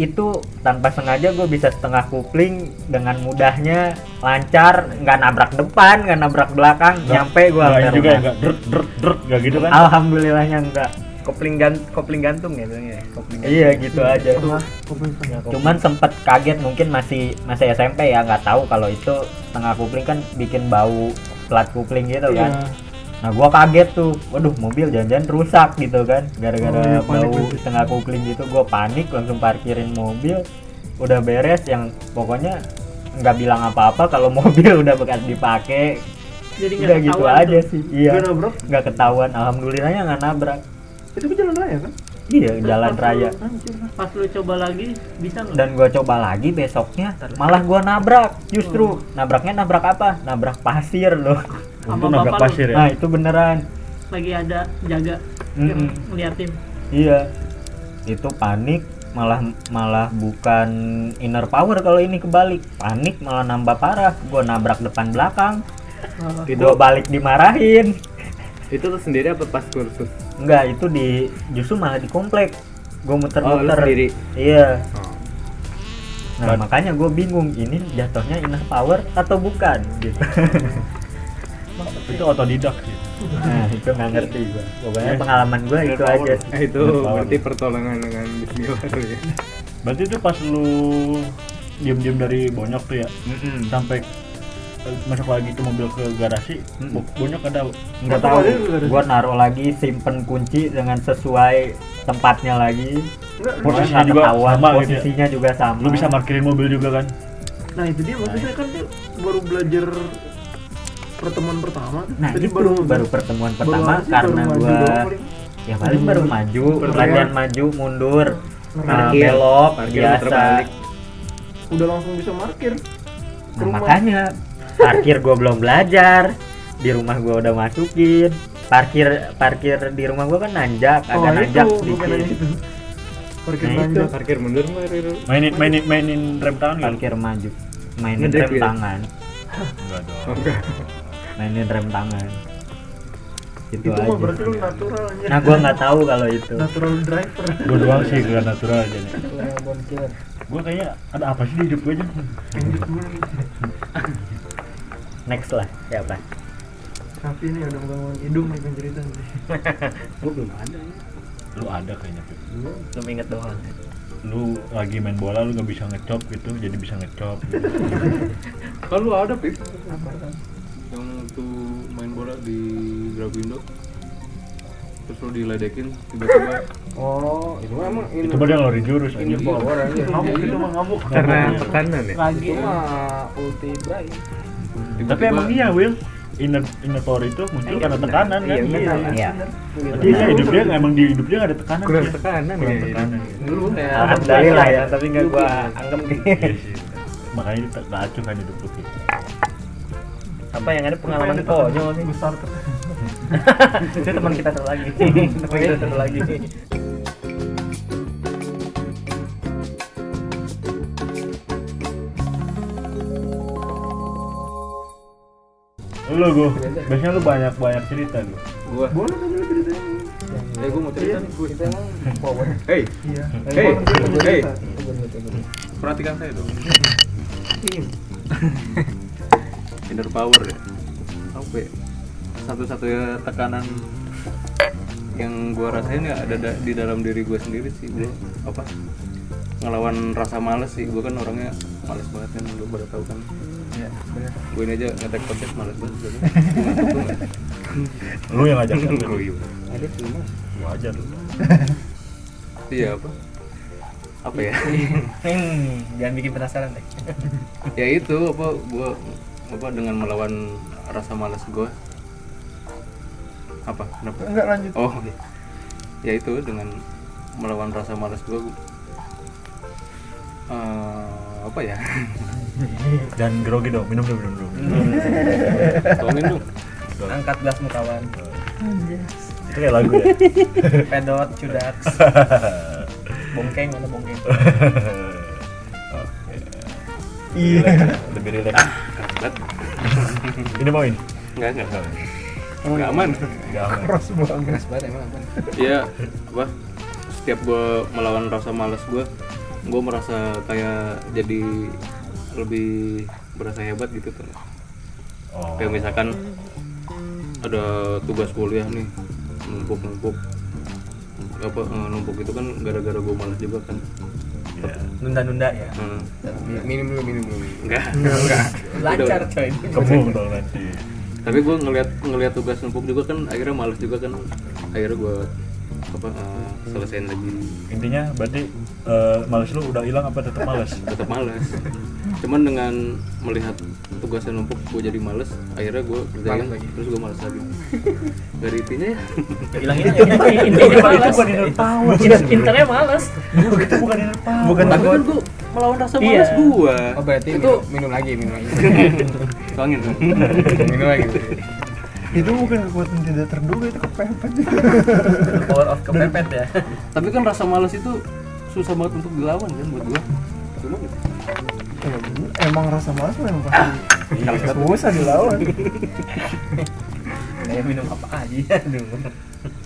Speaker 8: itu tanpa sengaja gue bisa setengah kupling dengan mudahnya lancar nggak nabrak depan nggak nabrak belakang nyampe gue
Speaker 1: Nggak, ini juga ya, nggak deret deret deret nggak gitu kan
Speaker 8: alhamdulillahnya enggak
Speaker 3: kopling gan kopling gantung ya bilangnya ya? kopling gantung.
Speaker 8: iya gitu
Speaker 5: Ya,
Speaker 8: aja
Speaker 2: Wah, kuping pengen.
Speaker 8: cuman sempet kaget mungkin masih masih SMP ya nggak tahu kalau itu setengah kupling kan bikin bau plat kupling gitu kan
Speaker 2: Iya.
Speaker 8: nah gua kaget tuh waduh mobil jangan-jangan rusak gitu kan
Speaker 2: Oh,
Speaker 8: gara-gara
Speaker 2: iya, panik
Speaker 8: bau
Speaker 2: pasti.
Speaker 8: setengah kupling gitu gua panik langsung parkirin mobil udah beres yang pokoknya nggak bilang apa-apa kalau <laughs> mobil udah bekas dipakai
Speaker 7: jadi nggak
Speaker 8: udah gitu
Speaker 7: ketahuan
Speaker 8: aja
Speaker 7: tuh.
Speaker 8: sih iya
Speaker 2: Gak nabrak,
Speaker 8: nggak ketahuan alhamdulillahnya nggak nabrak
Speaker 2: itu ke jalan raya kan?
Speaker 8: iya jalan
Speaker 2: Pas
Speaker 8: raya
Speaker 2: lu- Anjir lah.
Speaker 7: pas lu coba lagi bisa nggak
Speaker 8: dan gua coba lagi besoknya malah gua nabrak justru nabraknya nabrak apa nabrak pasir loh
Speaker 1: untung
Speaker 7: Sama
Speaker 1: nabrak
Speaker 7: bapak lu.
Speaker 1: pasir ya
Speaker 8: nah itu beneran
Speaker 7: lagi ada jaga yang
Speaker 8: Mm-mm.
Speaker 7: ngeliatin
Speaker 8: iya itu panik malah malah bukan inner power kalau ini kebalik panik malah nambah parah gua nabrak depan belakang
Speaker 9: Ah,
Speaker 7: Oh,
Speaker 5: Itu
Speaker 8: gua balik dimarahin
Speaker 5: itu tuh sendiri apa pas kursus?
Speaker 8: enggak itu di justru malah di komplek gue
Speaker 5: Oh, lu
Speaker 8: muter-muter
Speaker 5: sendiri.
Speaker 8: iya
Speaker 5: Oh.
Speaker 8: nah
Speaker 1: Bad-
Speaker 8: makanya gue bingung ini jatuhnya inner power atau bukan gitu
Speaker 1: itu otodidak sih
Speaker 8: nah itu nggak ngerti gue pokoknya
Speaker 1: Iya.
Speaker 8: pengalaman gue
Speaker 1: Inner
Speaker 8: itu
Speaker 1: power.
Speaker 8: aja
Speaker 3: Eh,
Speaker 5: Nah, itu
Speaker 1: Nggak tahu
Speaker 5: berarti
Speaker 1: nih.
Speaker 5: pertolongan dengan Bismillah tuh ya.
Speaker 1: berarti itu pas lu diem-diem dari bonyok tuh ya
Speaker 8: Mm-mm.
Speaker 1: sampai eh, masuk lagi tuh mobil ke garasi
Speaker 8: Mm-mm.
Speaker 1: bo- bonyok ada
Speaker 8: nggak
Speaker 2: Tapi
Speaker 8: tahu
Speaker 2: ada juga ada.
Speaker 8: gue naruh lagi simpen kunci dengan sesuai tempatnya lagi
Speaker 2: Enggak, lu-
Speaker 1: Posisinya
Speaker 8: Orang nggak
Speaker 1: juga
Speaker 8: ketahuan,
Speaker 1: sama gitu ya?
Speaker 8: posisinya juga sama
Speaker 1: lu bisa parkirin mobil juga kan
Speaker 2: nah itu dia maksud saya kan dia baru belajar pertemuan pertama tuh.
Speaker 8: nah
Speaker 2: Jadi
Speaker 8: itu baru, pertemuan pertama
Speaker 2: aja, baru
Speaker 8: karena
Speaker 2: maju
Speaker 8: gua
Speaker 2: doang paling.
Speaker 8: ya paling baru maju
Speaker 2: Pertama.
Speaker 8: latihan maju mundur nah,
Speaker 5: Ah,
Speaker 6: Parkir.
Speaker 8: belok
Speaker 5: Parkir
Speaker 8: biasa
Speaker 5: muter balik.
Speaker 2: udah langsung bisa markir
Speaker 8: nah, makanya parkir gua belum belajar di rumah gua udah masukin parkir parkir di rumah gua kan nanjak
Speaker 2: oh,
Speaker 8: agak
Speaker 2: itu
Speaker 8: nanjak
Speaker 2: bukan
Speaker 8: sedikit
Speaker 2: itu parkir
Speaker 8: Nah,
Speaker 2: nanjak
Speaker 5: Parkir mundur mah Riru.
Speaker 1: mainin mainin mainin rem tangan nggak lu?
Speaker 8: parkir maju mainin
Speaker 5: Ngedrift
Speaker 8: rem
Speaker 5: ya?
Speaker 8: tangan
Speaker 1: enggak dong
Speaker 5: Oke.
Speaker 8: mainin rem tangan itu,
Speaker 3: Gitu
Speaker 2: itu mah
Speaker 8: aja
Speaker 2: berarti lu natural aja
Speaker 8: nah gua nggak tahu kalau itu
Speaker 2: natural driver
Speaker 1: gue doang sih gue natural aja nih
Speaker 7: Born killer.
Speaker 1: gue kayaknya ada apa sih di hidup gue aja
Speaker 2: gitu.
Speaker 8: next lah
Speaker 3: ya,
Speaker 8: siapa
Speaker 2: tapi ini udah ngomongin hidung nih pencerita nih
Speaker 1: lu ada kayaknya Pip.
Speaker 3: Cuma inget doang.
Speaker 1: lu lagi main bola lu nggak bisa ngecop gitu jadi bisa ngecop gitu.
Speaker 4: Kan lu ada pip. Yang waktu main bola di Grabindo terus lu diledekin tiba-tiba
Speaker 6: Oh, itu mah emang ini.
Speaker 1: itu mah dia ngeluarin jurus
Speaker 6: Ini
Speaker 1: anjing.
Speaker 6: power aja.
Speaker 2: ngamuk itu mah ngamuk
Speaker 5: Karena
Speaker 1: Iya.
Speaker 5: tekanan ya.
Speaker 6: Lagi mah ulti Ibrahim.
Speaker 1: tapi emang iya Will inner inner power itu muncul karena tekanan kan
Speaker 5: Iya, benar.
Speaker 8: Iya.
Speaker 1: berarti ya hidup dia emang di hidup dia nggak ada tekanan
Speaker 5: Kurang
Speaker 1: sih.
Speaker 5: tekanan
Speaker 1: kurang
Speaker 5: ya.
Speaker 1: tekanan
Speaker 6: Dulu eh, kayak
Speaker 8: alhamdulillah ya tapi nggak gua anggap gini
Speaker 1: Iya sih. makanya dia tak acuh kan hidup lu Pip.
Speaker 3: Apa yang ada pengalaman konyol nih?
Speaker 2: besar tuh
Speaker 3: <laughs> Itu teman kita satu lagi. teman kita satu lagi.
Speaker 1: lu gue biasanya lu banyak banyak cerita lu
Speaker 5: Gua.
Speaker 2: boleh kan lu ceritain
Speaker 5: Eh, gua mau cerita nih.
Speaker 6: kita emang power.
Speaker 5: Hey,
Speaker 2: iya
Speaker 5: Hey,
Speaker 2: Emang dia punya
Speaker 5: hey.
Speaker 2: cerita.
Speaker 5: perhatikan saya dong. Inner power ya. Apa ya? Satu-satunya tekanan yang gua rasain ya ada da- di dalam diri gua sendiri sih bro apa ngelawan rasa males sih gua kan orangnya males banget kan lu pada tahu kan gue ini aja ngetek podcast males banget gua.
Speaker 1: lu yang ngajak kan
Speaker 5: Oh, iya.
Speaker 6: Ada sih mas.
Speaker 1: lu aja lu
Speaker 5: iya apa apa ya
Speaker 3: Hmm, jangan bikin penasaran deh.
Speaker 5: ya itu apa gua apa dengan melawan rasa malas gua apa kenapa
Speaker 2: enggak lanjut
Speaker 5: oh oke. ya itu dengan melawan rasa malas gua eh, apa ya
Speaker 1: dan grogi dong minum dong minum dong
Speaker 5: <laughs> tolongin dong
Speaker 3: Angkat gelas mu
Speaker 2: <laughs>
Speaker 3: kawan.
Speaker 1: itu kayak lagu ya
Speaker 3: Pedot, cudak.
Speaker 2: <laughs>
Speaker 3: Bongkeng mana bongkeng?
Speaker 1: Oke. Iya. Lebih relax.
Speaker 5: kaget
Speaker 1: Ini mau ini.
Speaker 5: nggak nggak nggak aman
Speaker 1: Jangan.
Speaker 6: Keras banget emang. Bang.
Speaker 5: ya apa setiap gua melawan rasa malas gua gua merasa kayak jadi lebih berasa hebat gitu tuh
Speaker 1: Oh.
Speaker 5: kayak misalkan ada tugas kuliah nih numpuk numpuk apa eh, numpuk itu kan gara-gara gue malas juga kan
Speaker 1: Iya.
Speaker 3: Nunda-nunda ya.
Speaker 5: Hmm,
Speaker 6: Minum dulu, minum dulu.
Speaker 5: enggak enggak
Speaker 3: Lancar coy.
Speaker 1: Kebung dong nanti.
Speaker 5: tapi gue ngelihat ngelihat tugas numpuk juga kan akhirnya malas juga kan akhirnya gue apa eh, selesaiin lagi
Speaker 1: Intinya berarti eh, males lu udah hilang apa tetap <laughs> males?
Speaker 5: tetap malas cuman dengan melihat tugasnya numpuk gue jadi malas akhirnya gue kerjain terus gue malas lagi dari intinya ya
Speaker 3: Hilangin itu <laughs> intinya malas.
Speaker 1: bukan inner power.
Speaker 3: Internet malas.
Speaker 1: Itu bukan inner power. Bukan
Speaker 5: tapi kan gue melawan rasa malas
Speaker 3: Iya.
Speaker 5: gue
Speaker 6: Oh berarti
Speaker 5: itu
Speaker 6: minum, minum lagi, minum
Speaker 5: <laughs>
Speaker 6: lagi.
Speaker 5: tolongin dong.
Speaker 6: minum lagi.
Speaker 2: itu bukan kekuatan tidak terduga itu kepepet
Speaker 3: Power of kepepet ya.
Speaker 5: tapi kan rasa malas itu susah banget untuk dilawan kan buat gua cuma
Speaker 2: Ya, emang rasa malas memang pasti susah dilawan
Speaker 3: Kayak minum apa aja. Aduh.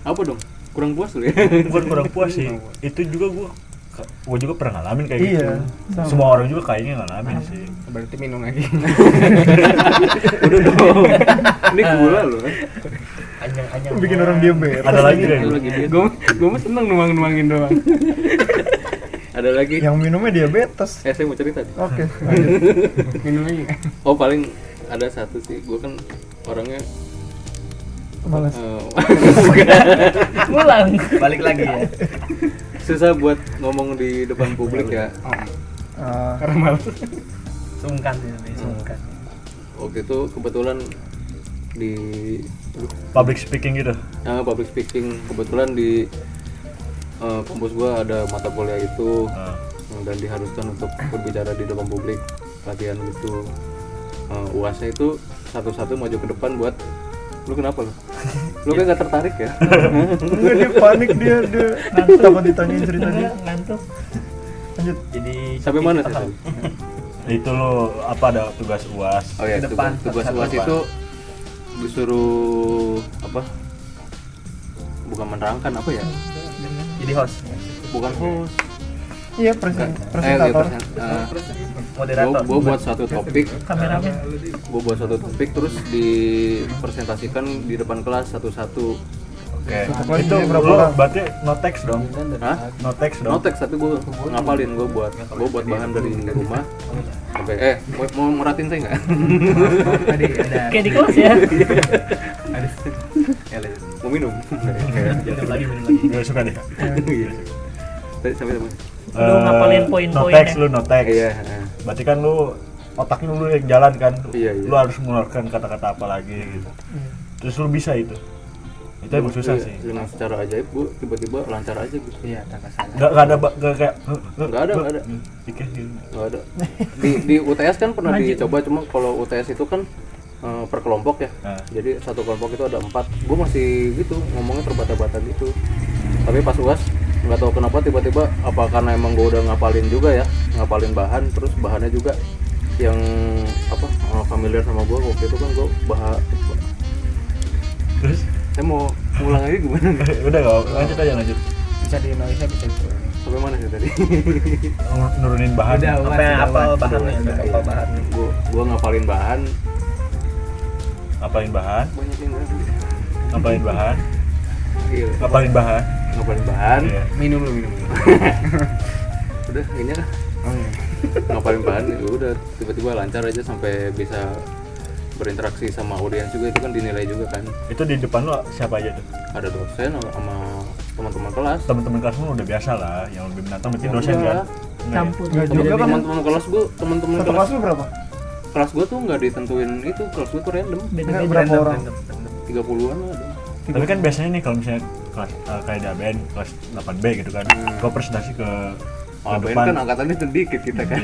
Speaker 5: apa dong kurang puas lu ya
Speaker 1: bukan kurang puas sih itu juga gua gua juga pernah ngalamin kayak
Speaker 2: Iya,
Speaker 1: gitu
Speaker 2: sama.
Speaker 1: semua orang juga kayaknya ngalamin sih
Speaker 10: Berarti minum lagi.
Speaker 5: <laughs> udah dong ini gula eh. loh
Speaker 2: bikin orang diem ber
Speaker 1: ada lagi deh
Speaker 5: Ayo lagi dia
Speaker 10: Gue gue mah seneng nuang-nuangin doang.
Speaker 5: ada lagi
Speaker 2: yang minumnya diabetes
Speaker 5: eh saya mau cerita nih.
Speaker 2: oke lanjut.
Speaker 10: Minum lagi.
Speaker 5: oh paling ada satu sih gue kan orangnya
Speaker 2: malas
Speaker 5: eh, <laughs>
Speaker 9: pulang
Speaker 11: Balik lagi ya.
Speaker 5: susah buat ngomong di depan publik ya
Speaker 2: Ah,
Speaker 10: Karena malas.
Speaker 11: Sungkan sih lebih sungkan.
Speaker 5: waktu itu kebetulan di
Speaker 1: public speaking gitu
Speaker 5: eh, public speaking kebetulan di eh, kampus gua ada mata kuliah itu
Speaker 1: Nah,
Speaker 5: dan diharuskan untuk berbicara di depan publik latihan gitu Eh, uasnya itu satu-satu maju ke depan buat lu kenapa lu lu kan nggak tertarik ya
Speaker 2: enggak dia panik dia dia takut ditanyain ceritanya
Speaker 9: ngantuk
Speaker 2: lanjut
Speaker 11: Jadi
Speaker 5: sampai mana sih tadi?
Speaker 1: itu lo apa ada tugas uas
Speaker 5: oh ya
Speaker 11: Depan,
Speaker 5: tugas, tugas
Speaker 11: satu
Speaker 5: uas
Speaker 11: depan.
Speaker 5: itu disuruh apa bukan menerangkan apa ya
Speaker 11: jadi host,
Speaker 5: bukan host
Speaker 2: iya
Speaker 5: eh,
Speaker 2: presen presentator
Speaker 11: moderator.
Speaker 5: gue buat suatu topik
Speaker 9: kameramen
Speaker 5: gue buat suatu topik terus dipresentasikan di depan kelas satu-satu
Speaker 1: oke
Speaker 2: Kebetulan
Speaker 1: itu
Speaker 2: dia berapa
Speaker 1: lo
Speaker 2: orang?
Speaker 1: berarti no text dong
Speaker 5: Hah?
Speaker 1: no text dong
Speaker 5: No text tapi gue ngapalin gue buat gue buat bahan dari rumah sampai eh mau, mau meratin saya nggak
Speaker 11: Tadi ada
Speaker 9: kayak di kelas ya
Speaker 5: mau minum
Speaker 11: minum lagi minum lagi.
Speaker 1: gue suka deh
Speaker 5: Iya. Tadi sampai sampai
Speaker 9: Lu
Speaker 1: Eh,
Speaker 9: ngapalin
Speaker 1: no
Speaker 9: poin-poinnya.
Speaker 1: text lu no text
Speaker 5: iya eh.
Speaker 1: berarti kan lu otaknya lu yang jalan kan
Speaker 5: Iya, iya.
Speaker 1: lu harus mengeluarkan kata-kata apa lagi gitu terus lu bisa itu itu emang susah
Speaker 5: Iya,
Speaker 1: sih
Speaker 5: dengan secara ajaib gue tiba-tiba lancar aja gitu
Speaker 10: Iya, tak salah.
Speaker 1: nggak nggak ada ba- nggak kayak
Speaker 5: Nggak ada, nggak ada.
Speaker 1: pikir gitu
Speaker 5: nggak ada di di UTS kan pernah dicoba cuma kalau UTS itu kan eh, per kelompok ya
Speaker 1: Nah.
Speaker 5: jadi satu kelompok itu ada empat gue masih gitu ngomongnya terbata-bata gitu tapi pas uas nggak tahu kenapa tiba-tiba apa karena emang gue udah ngapalin juga ya ngapalin bahan terus bahannya juga yang apa eh, familiar sama gue waktu itu kan gue bahas
Speaker 1: terus <laughs>
Speaker 5: saya mau ulang lagi gimana nih?
Speaker 1: udah nggak apa- lanjut aja lanjut
Speaker 10: Bisa di noise bisa dikurangi.
Speaker 5: sampai mana sih tadi
Speaker 1: Nur- nurunin bahan
Speaker 10: Udah,
Speaker 11: Apa yang apa bahannya? Apa bahannya?
Speaker 5: gue gue ngapalin bahan
Speaker 1: ngapain bahan
Speaker 5: banyak yang bahan
Speaker 1: ngapain bahan
Speaker 5: Iya,
Speaker 1: ngapain bahan
Speaker 5: ngapalin bahan
Speaker 1: Iya.
Speaker 10: Minum lu, minum. lu.
Speaker 5: udah ini lah
Speaker 10: Oh iya.
Speaker 5: <laughs> ngapain bahan ya udah tiba-tiba lancar aja sampai bisa berinteraksi sama audiens juga itu kan dinilai juga kan
Speaker 1: itu di depan lu siapa aja tuh
Speaker 5: ada dosen sama teman-teman kelas
Speaker 1: teman-teman kelas lu udah biasa lah yang lebih menantang mungkin
Speaker 5: Ya
Speaker 1: dosen
Speaker 5: udah.
Speaker 1: kan Nggak ya?
Speaker 9: campur
Speaker 2: Nggak juga kan
Speaker 5: teman-teman kelas gue teman-teman
Speaker 2: satu
Speaker 5: kelas
Speaker 2: kelas lu berapa
Speaker 5: kelas gue tuh nggak ditentuin itu kelas gue tuh random
Speaker 2: Nggak, berapa orang
Speaker 5: 30-an lah ada.
Speaker 1: tapi kan biasanya nih kalau misalnya kelas eh, kayak ada band kelas 8B gitu kan
Speaker 5: Hmm.
Speaker 1: gua presentasi ke ke
Speaker 5: Oh,
Speaker 1: depan
Speaker 5: kan angkatannya sedikit kita kan. <laughs>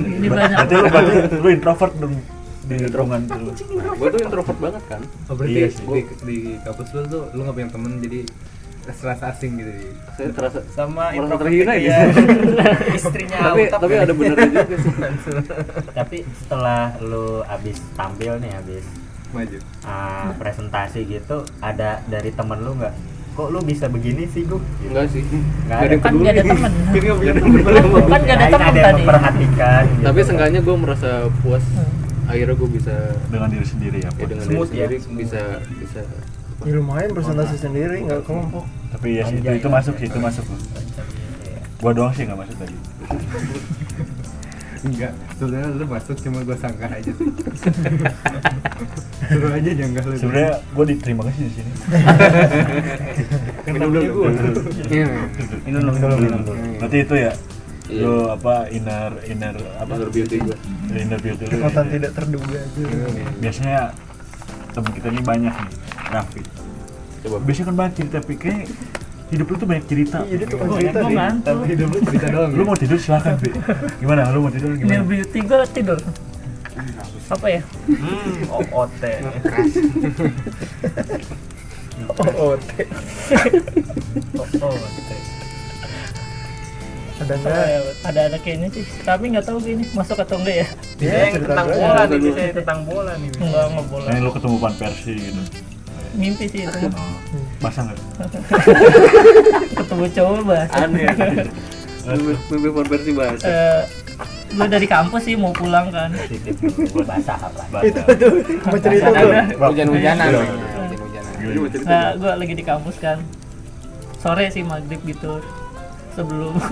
Speaker 9: ini
Speaker 1: Ber-
Speaker 9: banyak
Speaker 1: <laughs> berarti lu berarti lu introvert dong di lingkungan lu
Speaker 5: gue tuh introvert banget kan.
Speaker 10: Oh,
Speaker 1: Iya
Speaker 10: berarti
Speaker 1: sih.
Speaker 10: di, di kampus lu tuh lu nggak punya temen jadi serasa asing gitu di
Speaker 5: Saya terasa
Speaker 11: Sama
Speaker 5: merasa
Speaker 11: introvert
Speaker 5: terhina
Speaker 11: kayak
Speaker 5: gitu. <laughs>
Speaker 11: Istrinya
Speaker 5: tapi
Speaker 11: Altaf
Speaker 5: tapi
Speaker 11: kan?
Speaker 5: ada benernya juga
Speaker 9: <laughs>
Speaker 5: sih.
Speaker 8: <laughs> tapi setelah lu abis tampil nih abis
Speaker 10: maju.
Speaker 8: ah, presentasi gitu ada dari temen lu nggak kok lu bisa begini sih gue
Speaker 5: Enggak sih.
Speaker 8: Nggak
Speaker 5: Nggak
Speaker 8: ada.
Speaker 5: yang
Speaker 9: kan nggak ada
Speaker 5: peduli.
Speaker 9: temen
Speaker 5: Nggak ada yang peduli.
Speaker 9: kan nggak ada temen
Speaker 8: yang
Speaker 9: tadi
Speaker 8: memperhatikan gitu.
Speaker 9: Iya,
Speaker 5: Tapi seenggaknya gue merasa puas.
Speaker 9: Hmm.
Speaker 5: Akhirnya gue bisa
Speaker 1: dengan diri sendiri ya
Speaker 5: ya
Speaker 1: Pak.
Speaker 5: dengan
Speaker 11: Smooth
Speaker 5: diri
Speaker 11: ya,
Speaker 5: sendiri bisa bisa
Speaker 2: ya lumayan presentasi sendiri nggak kelompok
Speaker 1: tapi ya sih, itu, itu masuk sih itu masuk gua doang sih nggak masuk tadi
Speaker 10: Enggak, sebenarnya lu masuk cuma gua sanggah aja. sih. Suruh aja jangan lu.
Speaker 1: sebenarnya gua diterima kasih di sini
Speaker 5: <laughs> minum dulu
Speaker 10: Iya.
Speaker 1: minum dulu minum dulu berarti itu ya
Speaker 5: Iya.
Speaker 1: lu apa inner inner apa
Speaker 5: Mother beauty gue
Speaker 1: inner beauty lu
Speaker 2: kekuatan
Speaker 1: ya.
Speaker 2: tidak terduga aja
Speaker 5: iya.
Speaker 1: biasanya temen kita ini banyak nih Raffi
Speaker 5: coba
Speaker 1: biasanya kan banyak cerita tapi kayak hidup lu tuh banyak cerita
Speaker 2: iya dia tukang
Speaker 1: Oh,
Speaker 2: cerita
Speaker 9: gue
Speaker 2: deh
Speaker 9: ngantuk
Speaker 10: Tapi hidup lu cerita doang.
Speaker 1: lu mau tidur silakan Bi. gimana lu mau tidur
Speaker 9: ini
Speaker 1: gimana
Speaker 9: beauty gue tidur apa ya
Speaker 11: Hmm, OOT.
Speaker 2: oh, oh teh.
Speaker 11: OOT.
Speaker 2: ada
Speaker 9: Apa
Speaker 2: nggak
Speaker 9: ya, ada anak ini sih kami nggak tahu gini masuk atau enggak ya
Speaker 11: Bisa yang
Speaker 2: cerita
Speaker 11: tentang
Speaker 2: gue.
Speaker 11: bola nih, bisa yang tentang bola nih.
Speaker 9: nggak nggak boleh
Speaker 1: Nah, lu ketemu pan Persi gitu
Speaker 9: mimpi sih itu
Speaker 1: Oh. Basah nggak?
Speaker 9: ketemu cowok bahasa
Speaker 4: aneh mimpi for versi bahasa
Speaker 9: Eh, gue dari kampus sih mau pulang kan
Speaker 1: Sedikit dulu.
Speaker 8: bahasa apa
Speaker 1: Basah.
Speaker 2: Cuma cerita tuh.
Speaker 9: karena
Speaker 6: Hujan-hujanan
Speaker 1: Belum.
Speaker 6: namanya, hujan-hujanan.
Speaker 4: Ini mau Iya. cerita
Speaker 9: nah, gue lagi di kampus kan sore sih maghrib gitu sebelum <laughs>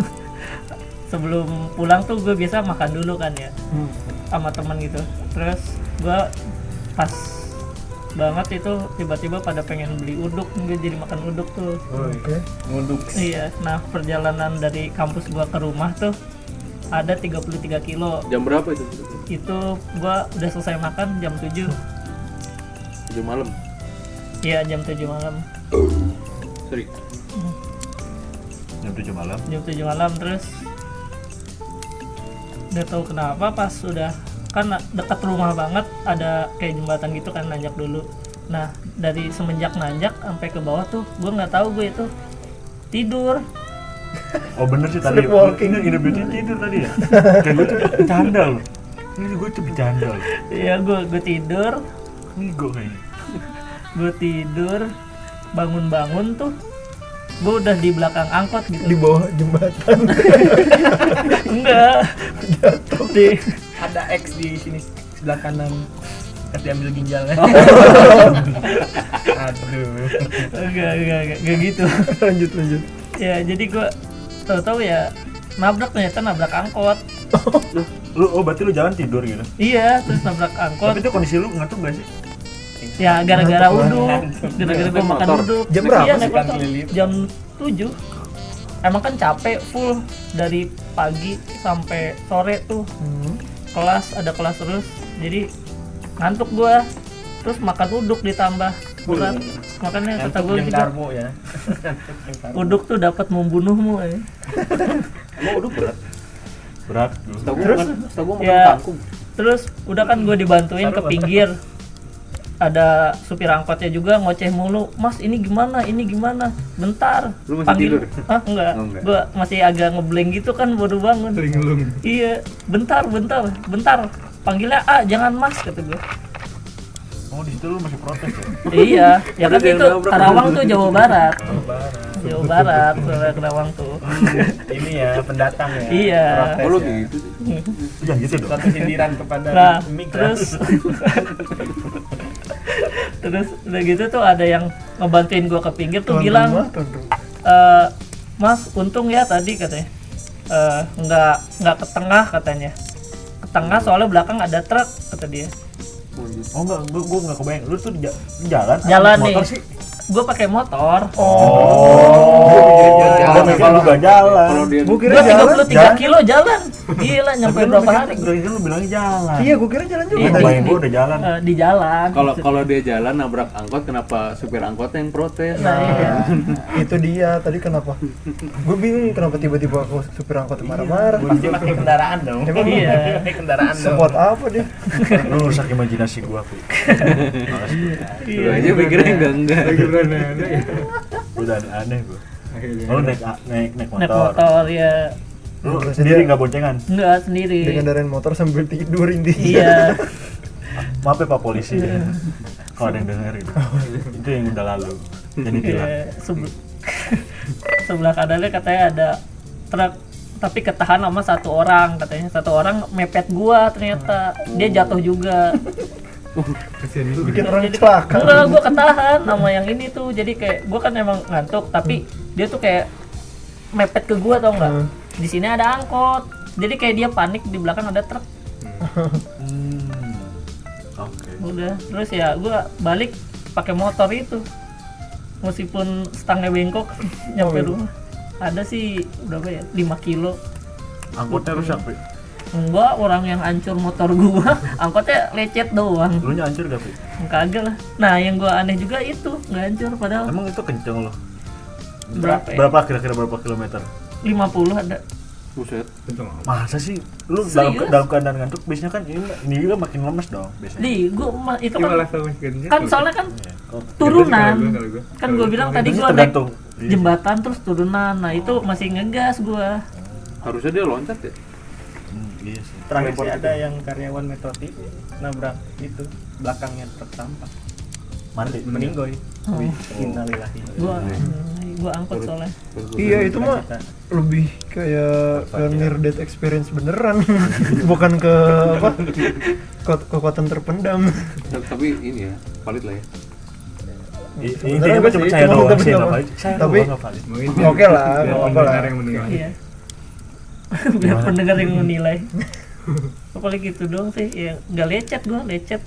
Speaker 9: sebelum pulang tuh gue biasa makan dulu kan ya
Speaker 2: Hmm,
Speaker 9: sama teman gitu terus gue pas banget itu tiba-tiba pada pengen beli uduk gue jadi makan uduk tuh
Speaker 6: Ngunduk.
Speaker 9: iya nah perjalanan dari kampus gue ke rumah tuh ada 33 kilo
Speaker 4: jam berapa itu
Speaker 9: itu gue udah selesai makan jam 7
Speaker 4: jam malam
Speaker 9: iya jam 7 malam
Speaker 4: sorry
Speaker 1: Jam 7 malam.
Speaker 9: jam 7 malam terus nggak tahu kenapa pas sudah kan na- dekat rumah banget ada kayak jembatan gitu kan nanjak dulu nah dari semenjak nanjak sampai ke bawah tuh gue nggak tahu gue itu tidur <laughs>
Speaker 1: Oh bener sih tadi.
Speaker 2: Sleepwalking.
Speaker 1: Ini ini beauty tidur tadi ya. Kayak gue tuh bercanda loh. Ini gue tuh bercanda loh.
Speaker 9: ya gue gue tidur
Speaker 1: Ini gue kayaknya.
Speaker 9: gue tidur bangun-bangun tuh gue udah di belakang angkot gitu <laughs>
Speaker 2: di bawah jembatan <laughs>
Speaker 9: enggak di <laughs>
Speaker 3: ada X di sini sebelah kanan terus diambil ginjalnya aduh
Speaker 9: enggak enggak enggak, enggak gitu
Speaker 2: lanjut lanjut
Speaker 9: ya jadi gue tahu-tahu ya nabrak ternyata nabrak angkot
Speaker 1: Lu oh berarti lu jalan tidur gitu.
Speaker 9: Iya, terus nabrak angkot.
Speaker 1: Tapi itu kondisi lu ngantuk gak sih?
Speaker 9: Ya gara-gara uduk, gara-gara gua
Speaker 4: Naik
Speaker 9: makan
Speaker 4: motor.
Speaker 9: uduk.
Speaker 2: Jam berapa
Speaker 9: Iya,
Speaker 2: sih?
Speaker 9: naik motor. Jam 7. Emang kan capek full dari pagi sampai sore tuh. Kelas ada kelas terus. Jadi ngantuk gua. Terus makan uduk ditambah berat. Makanya kata gua gitu.
Speaker 3: ya
Speaker 9: Uduk tuh dapat membunuhmu ya.
Speaker 4: emang udah berat
Speaker 1: Berat.
Speaker 4: setahu gue makan setahu gue makan
Speaker 9: Ya.
Speaker 4: kangkung
Speaker 9: Terus udah kan gue dibantuin ke pinggir. Ada supir angkotnya juga ngoceh mulu. Mas ini gimana? Ini gimana? Bentar.
Speaker 4: Lu masih tidur?
Speaker 9: Ah enggak.
Speaker 4: Oh, enggak.
Speaker 9: Gue masih agak ngeblank gitu kan baru bangun. Iya. Bentar, bentar, bentar. Panggilnya A, jangan Mas kata gue.
Speaker 1: Oh di situ lu masih protes ya.
Speaker 9: iya. Ya
Speaker 4: Padahal
Speaker 9: kan itu
Speaker 4: dia nabrak.
Speaker 9: Karawang tuh Jawa Barat. Jawa Barat, Surabaya, Karawang tuh.
Speaker 3: ini ya pendatang ya
Speaker 9: Iya.
Speaker 3: protes
Speaker 4: oh lu
Speaker 3: ya.
Speaker 4: gitu sih
Speaker 1: Jangan gitu dong.
Speaker 3: suatu sindiran kepada
Speaker 9: Nah,
Speaker 3: migran
Speaker 9: terus terus udah gitu tuh ada yang ngebantuin gua ke pinggir tuh bilang "Eh, mas untung ya tadi katanya Eh, nggak nggak ke tengah katanya ke tengah soalnya belakang ada truk kata dia
Speaker 1: Oh enggak, gue gue enggak kebayang. Lu tuh di ja- di jalan.
Speaker 9: Jalan
Speaker 1: naik motor
Speaker 9: nih.
Speaker 1: sih.
Speaker 9: gue pakai motor
Speaker 1: Oh.
Speaker 4: iya,
Speaker 1: Jalan kalau enggak jalan.
Speaker 4: kalau dia
Speaker 2: gue kira
Speaker 9: gue tiga
Speaker 2: jalan
Speaker 1: jalan.
Speaker 9: kilo jalan gila nyampe berapa hari
Speaker 1: Gue lu bilangnya jalan.
Speaker 2: iya gue kira jalan juga
Speaker 1: Gue
Speaker 9: Iya.
Speaker 1: bayangin gue udah
Speaker 9: <laughs>
Speaker 1: jalan.
Speaker 9: Eh, di jalan
Speaker 4: kalau kalau dia jalan nabrak angkot kenapa supir angkotnya yang protes
Speaker 9: Nah, iya.
Speaker 2: itu dia tadi kenapa gue bingung kenapa tiba-tiba aku supir angkot
Speaker 8: Iya,
Speaker 2: marah-marah
Speaker 3: pasti pakai kendaraan dong
Speaker 2: Emang
Speaker 3: iya pakai kendaraan dong
Speaker 2: support apa dia
Speaker 1: lu rusak imajinasi gua aku
Speaker 4: lu
Speaker 9: iya,
Speaker 5: Iya.
Speaker 4: aja pikirnya enggak enggak
Speaker 1: udah aneh gua lu naik naik naik
Speaker 9: naik
Speaker 1: motor
Speaker 9: motor ya
Speaker 1: lu sendiri nggak boncengan
Speaker 9: nggak
Speaker 2: dia
Speaker 9: sendiri
Speaker 2: kendaraan motor sambil tidur intinya
Speaker 9: iya
Speaker 1: maaf ya pak polisi
Speaker 9: <laughs>
Speaker 1: kalau ada yang dengerin itu yang udah lalu jadi
Speaker 9: Iya,
Speaker 1: tilang
Speaker 9: sebe- <laughs> sebelah kanannya katanya ada truk tapi ketahan sama satu orang katanya satu orang mepet gua ternyata dia jatuh
Speaker 2: <laughs>
Speaker 9: juga
Speaker 2: <laughs> bikin
Speaker 9: Iya,
Speaker 2: orang celaka
Speaker 9: enggak gua ketahan sama yang ini tuh jadi kayak gua kan emang ngantuk tapi
Speaker 2: Hmm.
Speaker 9: dia tuh kayak mepet ke gua tau nggak di sini ada angkot jadi kayak dia panik di belakang ada truk
Speaker 1: Hmm. oke
Speaker 9: udah terus ya gua balik pakai motor itu meskipun stangnya bengkok nyampe rumah ada sih berapa ya 5 kilo
Speaker 1: angkotnya rusak Pi.
Speaker 9: enggak orang yang hancur motor gua <laughs> angkotnya lecet doang
Speaker 1: lu nya hancur gak Pi?
Speaker 9: kagak lah nah yang gua aneh juga itu nggak hancur padahal
Speaker 1: emang itu kenceng lo
Speaker 9: Oh. berapa ya?
Speaker 1: berapa kira-kira berapa kilometer
Speaker 9: 50 ada
Speaker 4: buset
Speaker 1: masa sih lu
Speaker 9: Serius?
Speaker 1: dalam, dalam keadaan ngantuk biasanya kan ini, ini juga makin lemes dong biasanya
Speaker 9: di gua ma- itu kan
Speaker 6: Gimana sama kencing?
Speaker 9: kan soalnya kan
Speaker 1: Iya.
Speaker 2: Oh.
Speaker 1: Kok-
Speaker 9: turunan
Speaker 6: Kalau gua- kalau gua-
Speaker 9: kan
Speaker 6: kalau
Speaker 9: gua bilang tadi
Speaker 1: Biasanya
Speaker 9: gua naik
Speaker 1: tergantung Iya.
Speaker 9: jembatan terus turunan nah itu masih ngegas gua
Speaker 4: harusnya dia loncat ya
Speaker 1: Hmm, iya sih
Speaker 3: terakhir sih ada yang karyawan metro TV nabrak itu belakangnya truk sampah
Speaker 1: mandi
Speaker 9: meninggoy
Speaker 7: Oh.
Speaker 3: Innalillahi.
Speaker 9: gua gua angkut soalnya
Speaker 2: Iya itu mah lebih kayak ke near death experience beneran, <laughs> bukan ke apa ke- kekuatan terpendam.
Speaker 5: tapi ini ya valid lah ya
Speaker 1: I-
Speaker 2: Sebenarnya
Speaker 1: intinya gue
Speaker 2: sih,
Speaker 1: cuma percaya
Speaker 2: cuma
Speaker 1: doang
Speaker 2: tapi
Speaker 1: sih
Speaker 2: nggak
Speaker 1: nggak
Speaker 2: apa-
Speaker 1: valid. Saya
Speaker 2: tapi-
Speaker 1: doang nggak valid.
Speaker 5: mungkin
Speaker 2: Oke lah, nggak apa-apa lah.
Speaker 5: pendengar yang Iya. mendengar
Speaker 9: iya biar pendengar yang menilai apalagi itu doang sih ya nggak lecet gua lecet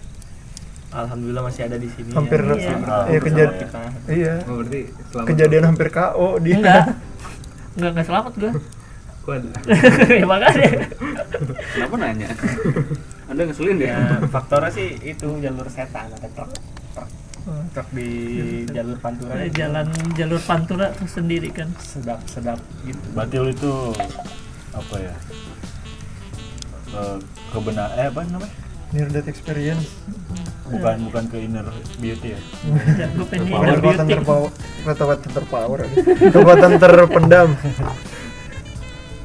Speaker 3: Alhamdulillah masih ada di sini.
Speaker 2: Hampir
Speaker 3: ya.
Speaker 2: iya,
Speaker 1: bersama
Speaker 2: kejadian
Speaker 3: kita.
Speaker 2: iya
Speaker 5: oh berarti selama
Speaker 2: kejadian hampir KO
Speaker 6: Iya.
Speaker 2: <laughs> dia.
Speaker 9: enggak enggak enggak selamat gua <laughs>
Speaker 5: Waduh,
Speaker 9: ya makanya
Speaker 5: kenapa nanya
Speaker 4: Anda ngeselin deh.
Speaker 3: Ya, faktornya sih itu jalur setan ada truk truk truk di jalur pantura
Speaker 6: Iya.
Speaker 9: Nah,
Speaker 3: itu.
Speaker 9: jalan jalur pantura tuh sendiri kan
Speaker 3: sedap sedap gitu
Speaker 1: Berarti lu itu apa ya? Eh, kebenar eh apa namanya?
Speaker 2: Near death experience.
Speaker 9: Hmm.
Speaker 1: Bukan bukan ke inner beauty ya.
Speaker 9: dan gue pengen inner
Speaker 2: Kekuatan
Speaker 9: beauty
Speaker 2: terpower, kekuatan terpower, kekuatan terpendam.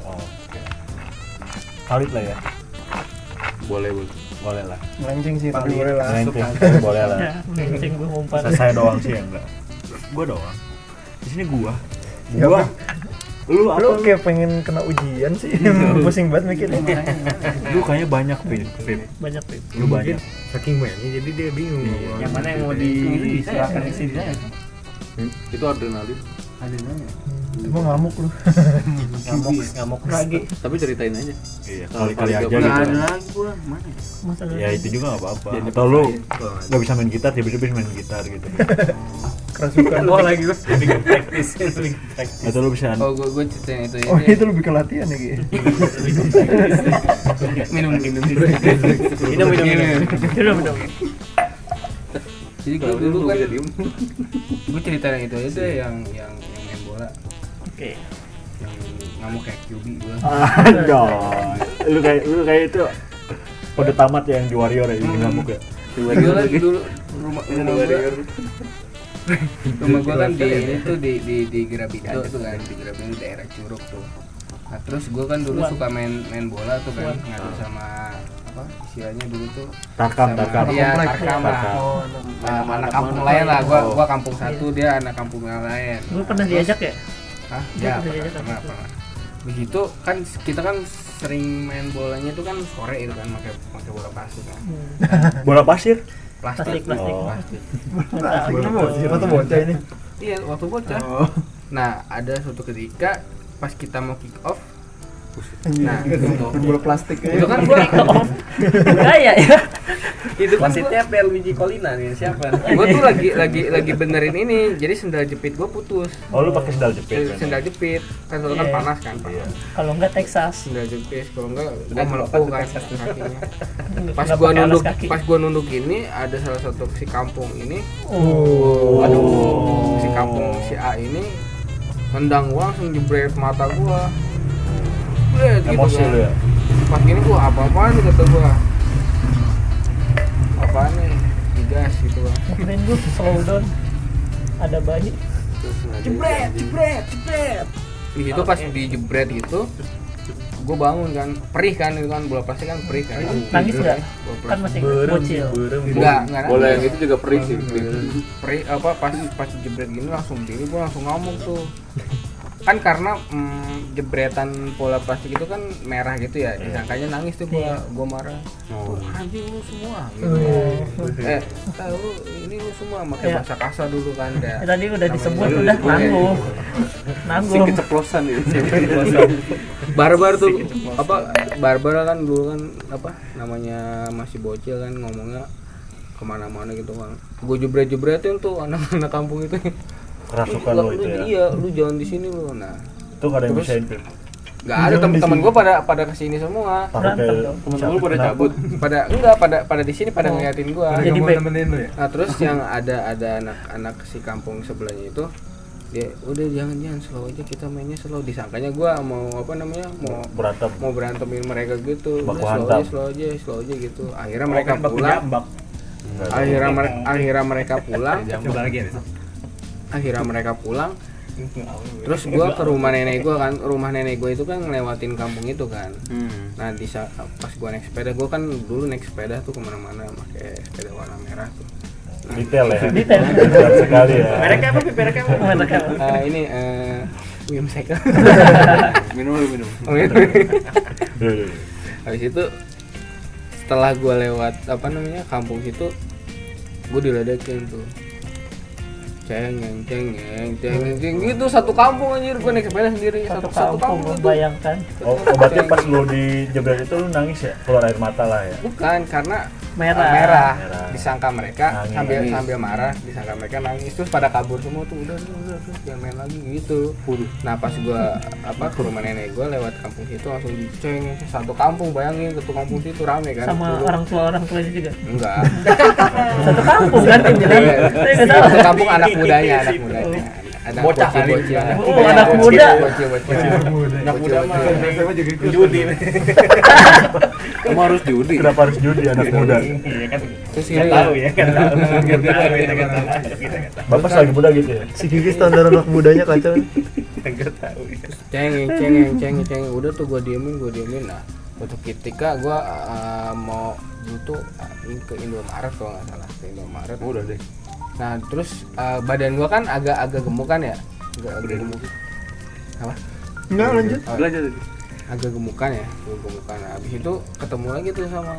Speaker 1: Oke. Valid lah ya.
Speaker 4: Boleh, boleh.
Speaker 1: Boleh lah.
Speaker 2: Melenceng sih, tapi boleh lah.
Speaker 1: Melenceng, kan boleh
Speaker 9: <laughs>
Speaker 1: lah.
Speaker 9: ya mencing gue umpan
Speaker 1: Saya saya doang sih yang enggak. Gua doang.
Speaker 3: di sini gua
Speaker 2: Ya,
Speaker 4: Gua lu apa?
Speaker 2: Lu kayak pengen kena ujian sih, <laughs> pusing banget mikirnya.
Speaker 1: Lu kayaknya banyak pin.
Speaker 9: banyak tuh
Speaker 1: Lu banyak. Iya.
Speaker 6: saking banyaknya jadi dia bingung
Speaker 2: Iya.
Speaker 6: mau
Speaker 3: yang mana yang mau diserahkan ke sini aja
Speaker 4: Itu adrenalin.
Speaker 2: Cuma ngamuk lu.
Speaker 3: ngamuk ngamuk lagi
Speaker 4: Tapi ceritain aja.
Speaker 1: Iya,
Speaker 4: Kalau
Speaker 1: kali-kali
Speaker 4: kali
Speaker 1: aja
Speaker 4: gak
Speaker 1: gitu.
Speaker 4: pernah.
Speaker 3: lagi gua mana
Speaker 9: masalah
Speaker 1: Ya itu juga nggak apa-apa. Atau lu nggak bisa main gitar, tiba-tiba bisa main gitar gitu.
Speaker 2: Kerasukan.
Speaker 3: gua lagi gua lebih ke praktis lebih ke praktis
Speaker 1: Atau lu bisa
Speaker 6: oh gue gue ceritain itu ya
Speaker 2: Oh itu lebih ke latihan ya gitu.
Speaker 6: minum minum
Speaker 3: minum minum minum
Speaker 9: minum minum
Speaker 6: jadi gue
Speaker 4: Kalau
Speaker 6: dulu
Speaker 4: lu
Speaker 6: kan
Speaker 4: bisa diem.
Speaker 6: gue cerita yang itu aja deh, yang yang yang main bola
Speaker 9: oke
Speaker 6: yang ngamuk kayak QB gue
Speaker 1: Aduh. Lu kayak lu kayak itu kode tamat yang di Warrior ya, ini ngamuk ya.
Speaker 5: Hmm.
Speaker 6: gue lagi dulu rumah rumah gue rumah gue kan di ini tuh di di di Grabito tuh kan di Grabito daerah Curug tuh nah terus gue kan dulu
Speaker 9: Wan.
Speaker 6: suka main main bola tuh kan ngadu sama apa istilahnya dulu tuh
Speaker 1: Takam, takam.
Speaker 6: iya
Speaker 2: komplek.
Speaker 6: tarkam lah
Speaker 1: Tarkam.
Speaker 6: Oh,
Speaker 4: nah,
Speaker 2: Ah,
Speaker 6: anak, anak kampung lain lah gua
Speaker 2: Oh.
Speaker 6: gua kampung satu dia anak kampung yang lain
Speaker 9: gue Iya. pernah diajak ya
Speaker 6: Hah?
Speaker 9: Iya, iya,
Speaker 6: Ya, pernah,
Speaker 9: iya,
Speaker 6: pernah,
Speaker 9: iya.
Speaker 6: pernah. Begitu kan kita kan sering main bolanya itu kan sore itu kan pakai pakai bola plastik kan.
Speaker 1: Bola pasir.
Speaker 9: plastik
Speaker 6: Plastik.
Speaker 9: plastik
Speaker 1: Oh.
Speaker 9: plastik
Speaker 2: Nah, itu bocah, itu bocah Oh. ini.
Speaker 6: Iya, waktu bocah. Nah, ada suatu ketika pas kita mau kick off Nah, itu.
Speaker 2: Iya. Bola plastik aja.
Speaker 6: Itu kan gua <laughs>
Speaker 9: gaya ya
Speaker 6: itu kan gua,
Speaker 3: wasitnya Perluigi Colina nih siapa
Speaker 6: gua tuh lagi lagi lagi benerin ini. Jadi sendal jepit gua putus.
Speaker 1: Oh lu pakai sendal jepit kan?
Speaker 6: Sendal jepit kan soalnya kan
Speaker 9: Iya.
Speaker 6: panas kan, panas.
Speaker 9: kalau enggak Texas
Speaker 6: Sendal jepit kalau enggak
Speaker 3: Gua
Speaker 6: gua melepuh
Speaker 3: melepas
Speaker 6: kan
Speaker 3: tuh
Speaker 6: kakinya.
Speaker 9: Nggak
Speaker 6: pas
Speaker 9: pakai
Speaker 6: gua
Speaker 9: alas
Speaker 6: nunduk
Speaker 9: kaki.
Speaker 6: pas gua nunduk ini ada salah satu si kampung ini
Speaker 2: Oh.
Speaker 6: aduh si kampung si A ini nendang gua langsung jebret mata gua Bret, gitu
Speaker 1: Emosi
Speaker 6: kan.
Speaker 1: lu ya.
Speaker 6: pas gini gua apa apaan nih kata gua apaan nih digas gitu kan
Speaker 9: keren gue slow down ada bayi
Speaker 4: Terus nggak ada-
Speaker 6: jebret jebret jebret di situ pas dijebret gitu gua bangun kan perih kan itu kan bola plastik kan perih kan
Speaker 9: nangis nggak
Speaker 6: Bola
Speaker 9: kan
Speaker 6: plastik.
Speaker 9: masih bocil
Speaker 6: enggak enggak
Speaker 4: Bola
Speaker 6: nangis.
Speaker 4: yang itu juga perih sih.
Speaker 6: Pri, apa pas pas jebret gini langsung diri gua langsung ngamuk tuh kan karena mm, jebretan pola plastik itu kan merah gitu ya disangkanya nangis tuh
Speaker 9: Iya.
Speaker 6: gua gua marah
Speaker 5: Oh.
Speaker 6: anjing lu semua gitu eh tahu ini lu semua pakai
Speaker 9: Oh, Iya.
Speaker 6: bahasa kasar dulu kan
Speaker 9: Ya,
Speaker 6: ya
Speaker 9: tadi udah disebut
Speaker 6: Namanya
Speaker 9: udah
Speaker 6: dulu
Speaker 9: nanggung
Speaker 4: Si
Speaker 9: nanggung
Speaker 4: keceplosan ya. itu.
Speaker 6: barbar tuh apa barbar kan dulu kan apa namanya masih bocil kan ngomongnya kemana-mana gitu kan gua jebret-jebretin tuh anak-anak kampung itu
Speaker 1: Kerasukan
Speaker 6: Lu-
Speaker 1: lu itu ya.
Speaker 6: iya lu jangan di sini lu nah
Speaker 1: Itu nggak ada yang bisa Pin.
Speaker 6: Gak ada teman-teman gue pada pada kesini semua.
Speaker 1: Takutnya
Speaker 9: Berantem dong.
Speaker 1: temen lu pada cabut.
Speaker 4: cabut.
Speaker 6: Pada enggak pada pada di sini pada ngeliatin gue.
Speaker 9: Jadi
Speaker 6: Jadi
Speaker 9: baik.
Speaker 5: temenin lu ya
Speaker 6: nah terus yang ada ada anak-anak si kampung sebelahnya itu dia udah jangan jangan slow aja kita mainnya slow disangkanya gue mau apa namanya mau
Speaker 1: Berantem.
Speaker 6: mau berantemin mereka gitu
Speaker 1: Baku hantam.
Speaker 6: udah slow aja slow aja slow aja gitu akhirnya mereka pulang akhirnya mere- akhirnya mereka pulang
Speaker 5: coba lagi ya besok
Speaker 6: akhirnya mereka pulang terus gua ke rumah nenek gua kan rumah nenek gua itu kan ngelewatin kampung itu kan
Speaker 4: Hmm.
Speaker 6: nah di sa- pas gua naik sepeda gua kan dulu naik sepeda tuh kemana-mana pakai sepeda warna merah tuh
Speaker 1: detail ya
Speaker 9: Detail.
Speaker 1: detail sekali ya
Speaker 8: Mereknya apa? Pi? Mereknya apa?
Speaker 9: Mereknya apa?
Speaker 6: Eh, ini eh William Cycle.
Speaker 5: minum dulu minum
Speaker 1: Duh, duh, duh.
Speaker 6: Habis itu setelah gue lewat apa namanya kampung situ gue diledekin tuh ceng ceng ceng ceng ceng ceng gitu satu kampung anjir gue naik sepeda sendiri
Speaker 9: Satu kampung membayangkan
Speaker 1: Oh, obatnya pas lu dijebret itu lu nangis ya keluar air mata lah ya
Speaker 6: bukan karena
Speaker 9: merah.
Speaker 6: merah, merah.
Speaker 1: Merah.
Speaker 6: disangka mereka
Speaker 1: Nangis.
Speaker 6: sambil sambil marah disangka mereka nangis terus pada kabur semua tuh udah udah, udah udah, jangan main lagi gitu nah pas gua apa ke rumah nenek gua lewat kampung situ langsung diceng satu kampung bayangin satu kampung situ rame kan
Speaker 9: Sama
Speaker 6: Dulu.
Speaker 9: orang tua orang tuanya <laughs> juga.
Speaker 6: enggak
Speaker 9: Satu kampung kan <laughs> tim jadi. Saya nggak tahu. Gitu.
Speaker 6: satu kampung anak mudanya anak mudanya ada
Speaker 5: Bocah kali.
Speaker 6: bocil
Speaker 9: Oh, anak muda.
Speaker 6: bocil bocil
Speaker 5: anak muda mah
Speaker 8: Judi.
Speaker 5: kamu harus judi
Speaker 1: kenapa harus judi anak muda
Speaker 8: Iya kan.
Speaker 6: terus
Speaker 8: Nggak
Speaker 6: gitu
Speaker 8: tahu
Speaker 6: ya.
Speaker 8: ya kan. Nggak tahu, kita nggak tahu. Kita nggak tahu.
Speaker 1: bapak lagi muda gitu ya
Speaker 2: Si Gigi standar anak mudanya kacau.
Speaker 8: Kita nggak tahu. ya.
Speaker 6: cengeng cengeng cengeng cengeng udah tuh gue diemin gue diemin nah untuk ketika gue mau butuh ah, ini ke Indomaret kalau nggak salah ke Indomaret
Speaker 5: udah deh
Speaker 6: nah terus eh, badan gue kan agak agak gemuk kan ya agak, agak gemuk apa
Speaker 2: Enggak lanjut.
Speaker 6: Oh,
Speaker 5: belajar tadi
Speaker 6: agak gemukan ya agak gemukan nah, habis itu ketemu lagi tuh sama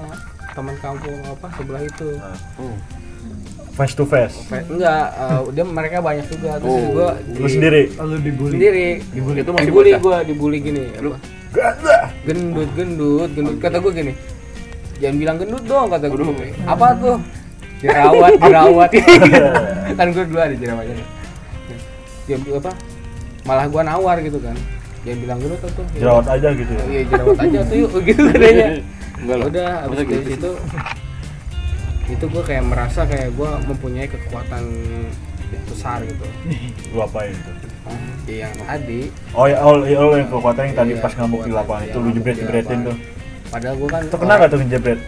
Speaker 6: teman kampung apa sebelah itu
Speaker 1: face to face
Speaker 6: enggak eh, dia mereka banyak juga terus
Speaker 5: Oh,
Speaker 6: gue
Speaker 1: lu sendiri
Speaker 2: Lalu dibully.
Speaker 6: sendiri
Speaker 5: Dibully. Itu masih
Speaker 6: dibully
Speaker 5: bocah.
Speaker 6: gue dibully gini lu gendut gendut gendut kata gue gini jangan bilang gendut dong kata gue apa tuh jerawat
Speaker 5: <laughs>
Speaker 6: jerawat kan gue dulu ada jerawatnya nih. jangan bi- apa malah gue nawar gitu kan jangan bilang gendut tuh
Speaker 1: jerawat aja gitu ya
Speaker 6: iya jerawat aja tuh yuk <laughs> gitu katanya
Speaker 5: <laughs> enggak lah
Speaker 6: udah
Speaker 5: Masa
Speaker 6: abis dari
Speaker 5: gitu sih?
Speaker 6: situ itu gue kayak merasa kayak gue mempunyai kekuatan besar gitu
Speaker 1: lu apain tuh
Speaker 6: Iya, yang tadi
Speaker 1: oh ya all all yang kekuatan yang tadi
Speaker 6: Iya,
Speaker 1: pas ngambuk di lapangan
Speaker 6: iya,
Speaker 1: itu lu jebret jebretin
Speaker 6: lapangan.
Speaker 1: tuh
Speaker 6: padahal gue kan
Speaker 1: itu kena gak tuh ngejebret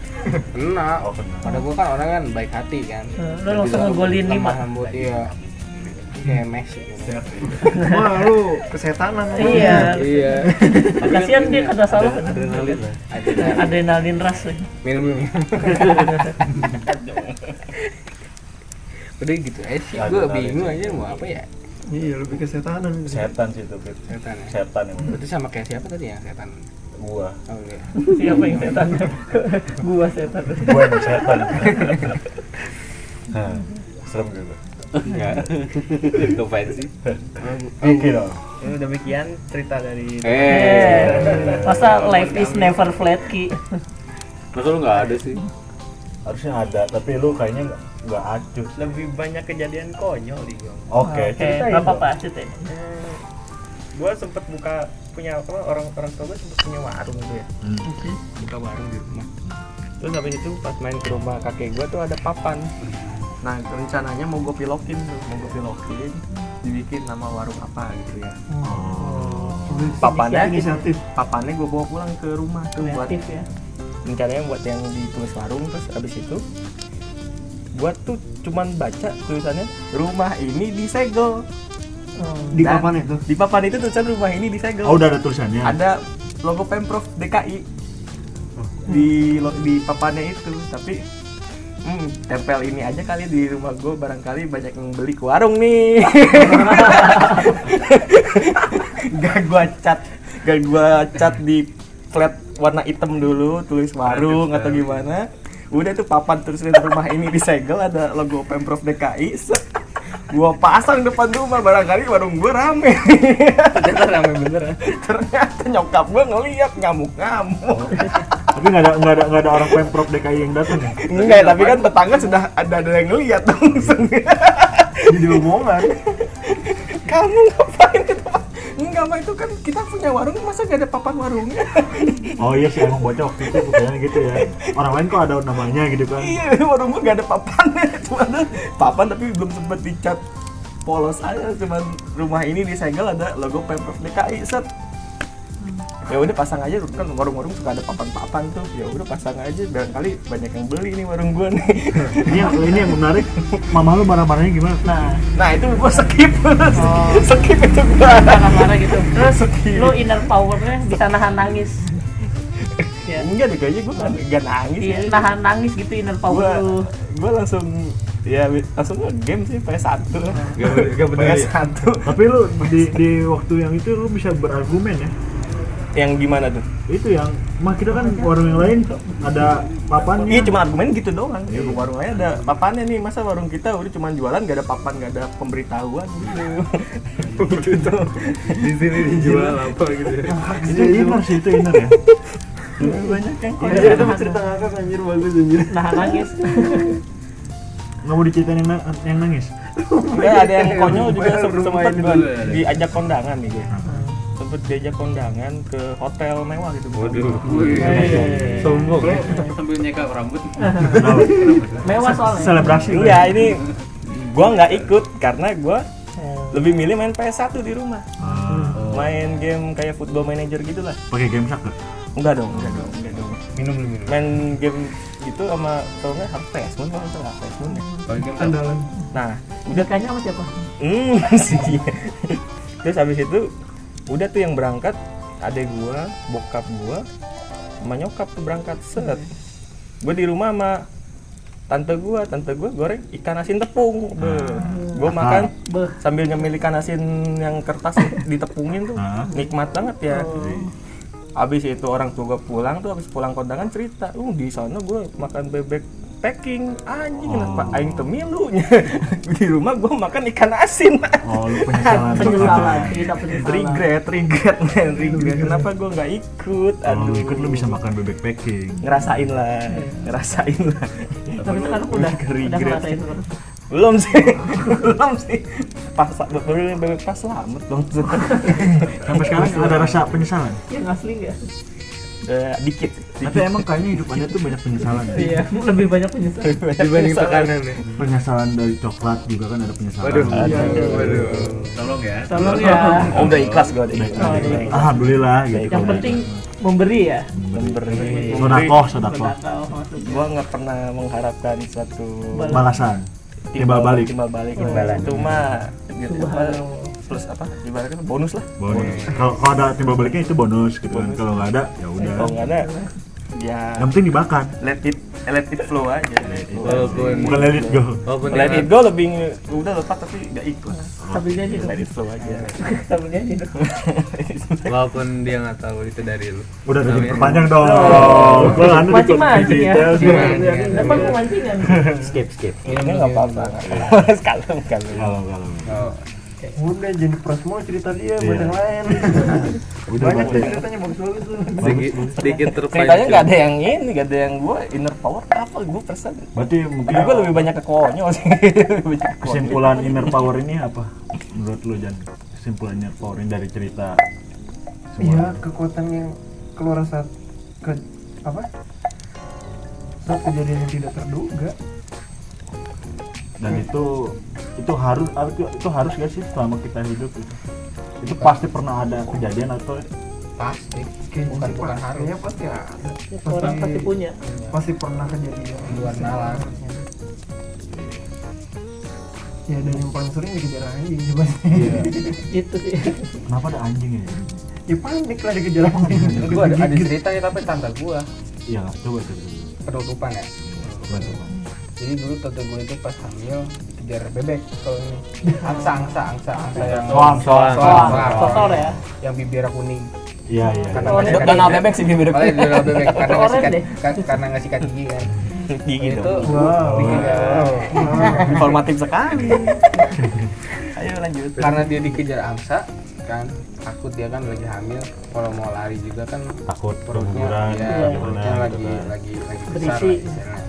Speaker 6: kena
Speaker 1: Oh, kena.
Speaker 6: padahal gue kan orang kan baik hati kan
Speaker 9: Nah, Lu langsung ngegolin lima.
Speaker 6: lemah lembut iya kayak Messi gitu.
Speaker 2: Wah, lu kesetanan.
Speaker 9: Iya.
Speaker 3: <laughs>
Speaker 6: iya
Speaker 9: Kasihan dia
Speaker 3: kan.
Speaker 9: kata salah.
Speaker 6: ada
Speaker 9: Adrenalin rush. lagi.
Speaker 6: minum minum udah gitu aja sih gue
Speaker 1: Adrenalin.
Speaker 6: bingung aja mau apa ya
Speaker 2: Iya, lebih kesetanan.
Speaker 1: setan sih itu Fit.
Speaker 6: setan ya
Speaker 1: setan yang
Speaker 6: berarti sama kayak siapa tadi ya setan
Speaker 1: gua
Speaker 6: oh iya
Speaker 9: Siapa yang setan? <laughs> Gua setan.
Speaker 1: gua yang
Speaker 6: <laughs>
Speaker 1: setan Hah, serem gitu
Speaker 5: <laughs>
Speaker 12: Enggak. Itu fancy.
Speaker 6: Oh,
Speaker 1: Oke dong
Speaker 8: Ya, Demikian cerita dari
Speaker 5: eh
Speaker 9: Masa life is never flat ki.
Speaker 5: masa lu nggak ada sih
Speaker 1: harusnya ada tapi lu kayaknya nggak- nggak acuh
Speaker 8: lebih banyak kejadian konyol di gua.
Speaker 1: oke
Speaker 9: Oke, nggak apa-apa ceritain.
Speaker 8: Eh, Gua sempet buka punya apa orang orang tua gua sempet punya warung gitu ya.
Speaker 6: buka warung di rumah
Speaker 8: Terus habis itu pas main ke rumah kakek gua tuh ada papan.
Speaker 2: Nah, rencananya mau gue pilokin tuh, mau gue pilokin dibikin nama warung apa gitu ya. Papannya
Speaker 9: Inisiatif.
Speaker 2: papannya gue bawa pulang ke rumah tuh buat
Speaker 9: Kreatif ya.
Speaker 8: rencananya buat yang ditulis warung terus abis itu gua tuh cuman baca tulisannya rumah ini disegel
Speaker 9: Oh.
Speaker 2: di papan itu.
Speaker 8: di papan itu tulisan rumah ini disegel
Speaker 1: oh udah ada tulisannya
Speaker 8: ada logo pemprov DKI di lo- di papannya itu tapi hmm, tempel ini aja kali di rumah gue barangkali banyak yang beli ke warung nih gak gua cat gak gua cat di flat warna hitam dulu tulis warung atau gimana udah tuh papan terus rumah ini disegel ada logo pemprov DKI set. <laughs> gua pasang depan rumah barangkali warung gue rame
Speaker 6: ternyata ramai beneran
Speaker 8: ternyata nyokap gue ngeliat ngamuk-ngamuk
Speaker 1: tapi nggak ada nggak ada nggak ada orang pemprov DKI yang datang ya
Speaker 8: enggak tapi kan tetangga sudah ada ada yang ngeliat dong <laughs>
Speaker 2: Jadi omongan.
Speaker 8: kamu ngapain ke tempat enggak mah itu kan kita punya warung masa gak ada papan warungnya
Speaker 1: oh iya sih emang bocah waktu itu kayaknya gitu ya orang lain kok ada namanya gitu kan
Speaker 8: iya <laughs> warung gue gak ada <laughs> papannya cuma ada papan tapi belum sempet dicat polos aja cuman rumah ini disegel ada logo pemprov DKI set ya udah pasang aja kan warung-warung suka ada papan-papan tuh ya udah pasang aja barangkali banyak yang beli nih warung gue
Speaker 2: <laughs>
Speaker 8: nih
Speaker 1: ini yang ini yang menarik mama lu marah-marahnya gimana
Speaker 9: Nah,
Speaker 8: nah itu gue skip <laughs> skip itu gue
Speaker 9: jangan marah gitu. Terus
Speaker 8: Sedih.
Speaker 9: lu inner powernya bisa nahan nangis. Ya.
Speaker 8: enggak deh kayaknya gue gak, nangis
Speaker 9: Iya, nahan nangis gitu inner power
Speaker 8: gue
Speaker 9: lu.
Speaker 8: gue langsung
Speaker 3: ya langsung game sih PS1
Speaker 5: Gak bener, gak bener ya?
Speaker 3: PS1
Speaker 1: Tapi lu di di waktu yang itu lu bisa berargumen ya.
Speaker 3: yang gimana tuh?
Speaker 1: Itu yang mah kita kan warung yang lain ada papan.
Speaker 3: Iya cuma argumen gitu doang. Di warung lain ada papannya nih, masa warung kita udah cuma jualan gak ada papan, gak ada pemberitahuan gitu. gitu tuh.
Speaker 5: di sini dijual apa gitu ya
Speaker 2: Iya,
Speaker 1: Itu inner sih itu inner ya.
Speaker 8: Iya,
Speaker 3: Banyak yang kok.
Speaker 2: Anjir Iya, itu cerita ngakak anjir bagus anjir.
Speaker 9: nahan nangis
Speaker 1: Nggak mau diceritain yang, na- yang nangis.
Speaker 3: Ya, ada yang konyol juga
Speaker 2: Rumah
Speaker 3: sempet, sempet
Speaker 2: ini
Speaker 3: gua
Speaker 5: dulu ya, ada.
Speaker 3: diajak kondangan nih gue. Sempet diajak kondangan ke hotel mewah gitu.
Speaker 5: waduh
Speaker 2: Iya,
Speaker 3: Iya. sombong.
Speaker 5: sambil nyekap rambut
Speaker 9: mewah soalnya
Speaker 1: Selebrasi. lu
Speaker 3: Iya
Speaker 1: ya.
Speaker 3: ini gua nggak ikut karena gua eh, lebih milih main PS1 di rumah.
Speaker 1: Ah,
Speaker 3: Main game kayak Football Manager gitu lah.
Speaker 1: Pakai game sak nggak?
Speaker 3: Enggak dong, enggak dong, enggak dong.
Speaker 5: minum dulu minum
Speaker 3: Main game gitu sama kalau nggak HP PS Moon kalau nggak HP Moon. ya.
Speaker 5: Kalau game
Speaker 2: Andalan.
Speaker 3: Nah, udah
Speaker 7: Dekanya sama siapa?
Speaker 3: hmm <laughs> sih. dia. Terus habis itu udah tuh yang berangkat adek gua, bokap gua, sama nyokap tuh berangkat set. Gua di rumah sama tante gua, tante gua goreng ikan asin tepung. Beuh. Gua makan
Speaker 9: Beuh.
Speaker 3: sambil nyemil ikan asin yang kertas ditepungin tuh.
Speaker 1: Ah.
Speaker 3: Nikmat banget ya. Habis itu orang tua gua pulang tuh habis pulang kondangan cerita, "Uh, di sana gua makan bebek packing anjing kenapa aing temilunya <laughs> di rumah gua makan ikan asin <laughs>
Speaker 1: Oh, lu penyesalan.
Speaker 7: Penyesalan, tidak penyesalan.
Speaker 3: regret
Speaker 8: <laughs>
Speaker 3: regret man regret kenapa gue nggak ikut
Speaker 1: Kalau oh, lu
Speaker 3: aduh
Speaker 1: ikut lu bisa makan bebek packing.
Speaker 3: ngerasain lah ngerasain lah
Speaker 9: tapi sekarang udah udah
Speaker 3: regret
Speaker 9: ngerasain tuh.
Speaker 3: belum sih <laughs> belum sih pas baru bebek pas selamat dong <laughs>
Speaker 1: Sampai sekarang Eh, ada rasa penyesalan.
Speaker 9: ya ngasli nggak
Speaker 3: Eh, dikit
Speaker 1: Tapi emang kayaknya hidup anda tuh banyak penyesalan. ya?
Speaker 9: iya lebih banyak penyesalan
Speaker 5: dibanding tekanan ya
Speaker 1: Penyesalan dari coklat juga kan ada penyesalan.
Speaker 5: waduh waduh tolong ya
Speaker 9: tolong ya
Speaker 3: oh, udah ikhlas gue udah ikhlas
Speaker 1: Alhamdulillah gitu.
Speaker 9: yang penting memberi ya
Speaker 3: memberi
Speaker 1: Sodakoh, sodakoh.
Speaker 9: Mendatang, maksudnya.
Speaker 3: gue nggak pernah mengharapkan suatu
Speaker 1: Balasan. Timbal balik.
Speaker 3: timbal balik cuma
Speaker 9: iya.
Speaker 3: gitu, apa, plus apa ibaratnya bonus lah
Speaker 1: bonus. Kalau kalau ada timbal baliknya itu bonus gitu kan.
Speaker 3: Bonus.
Speaker 1: Kalau nggak ada ya udah.
Speaker 3: kalau nggak ada ya
Speaker 1: Yang penting dibakar.
Speaker 3: let it let it flow aja let it,
Speaker 5: walaupun
Speaker 1: Bukan let it go.
Speaker 5: walaupun
Speaker 3: let it go lebih nge- udah lepas tapi nggak ikut
Speaker 9: stabilnya aja dong
Speaker 3: let it flow Gitu aja
Speaker 9: stabilnya aja dong
Speaker 5: walaupun dia nggak tahu itu dari lu
Speaker 1: Udah
Speaker 5: Tapi-
Speaker 1: jadi perpanjang dong. Kalau anda di
Speaker 9: mancing-mancing ya
Speaker 5: Mancing-mancing.
Speaker 9: depan pemancingan
Speaker 8: skip skip
Speaker 3: ini nggak apa-apa <laughs> sekalem kalau
Speaker 1: Kalau kalau
Speaker 5: Oh,
Speaker 2: Udah jadi semua cerita
Speaker 1: Iya.
Speaker 2: dia buat yang
Speaker 1: <laughs>
Speaker 2: lain.
Speaker 1: udah
Speaker 2: Banyak
Speaker 1: banyak deh.
Speaker 2: ceritanya bagus-bagus tuh.
Speaker 5: sedikit sedikit
Speaker 3: ceritanya nggak
Speaker 5: terpancing
Speaker 3: ada yang ini nggak ada yang gue inner power apa gue persen
Speaker 1: Berarti mungkin
Speaker 3: gue lebih banyak ke konyol sih <laughs> Lebih banyak ke konyol.
Speaker 1: kesimpulan inner power ini apa? Menurut lu Jan? Kesimpulan inner power ini dari cerita
Speaker 2: Iya,
Speaker 1: semua.
Speaker 2: kekuatan yang keluar saat ke apa? Saat kejadian yang tidak terduga.
Speaker 1: Dan itu itu harus itu, itu harus gak sih selama kita hidup itu? Itu pasti pernah ada kejadian atau
Speaker 6: pasti
Speaker 2: Kayaknya
Speaker 6: Bukan-
Speaker 2: sih
Speaker 6: bukan
Speaker 2: pasti
Speaker 6: harus. Iya.
Speaker 2: ya, pasti ada.
Speaker 9: orang pasti punya
Speaker 2: Pasti pernah kejadian.
Speaker 6: luar nalar
Speaker 2: Ya dan yang paling sering dikejar anjing sih Iya, pasti.
Speaker 9: itu sih
Speaker 1: kenapa ada anjing ya?
Speaker 2: Ya panik lah dikejar anjing.
Speaker 6: gua ada, ada cerita ya tapi tante gua
Speaker 1: Iya, coba coba. coba.
Speaker 6: penutupan ya
Speaker 1: Coba coba.
Speaker 6: jadi dulu tante gua itu pas hamil dikejar bebek kalau ini angsa angsa angsa angsa yang
Speaker 1: Soang, soang,
Speaker 6: Soang,
Speaker 1: soang.
Speaker 6: soang.
Speaker 9: sosor ya
Speaker 6: yang bibirnya kuning
Speaker 1: Iya, iya.
Speaker 6: karena
Speaker 9: Soang.
Speaker 6: ngasih
Speaker 3: Donald
Speaker 6: kaki-
Speaker 3: bebek sih bibir
Speaker 6: Paling dia lebih baik karena
Speaker 9: Orang
Speaker 6: ngasih
Speaker 9: deh.
Speaker 6: kaki karena ngasih kaki gigi kan.
Speaker 3: gigi
Speaker 6: Itu
Speaker 3: dong
Speaker 2: Wow.
Speaker 6: dikejar-
Speaker 3: informatif sekali ayo lanjut
Speaker 6: karena dia dikejar angsa kan takut dia kan lagi hamil kalau mau lari juga kan
Speaker 1: Takut
Speaker 6: perutnya
Speaker 1: keguguran
Speaker 6: ya,
Speaker 1: atau gimana
Speaker 6: perutnya lagi,
Speaker 1: gitu kan.
Speaker 6: lagi lagi besar
Speaker 9: Berisi.
Speaker 6: lah istilahnya.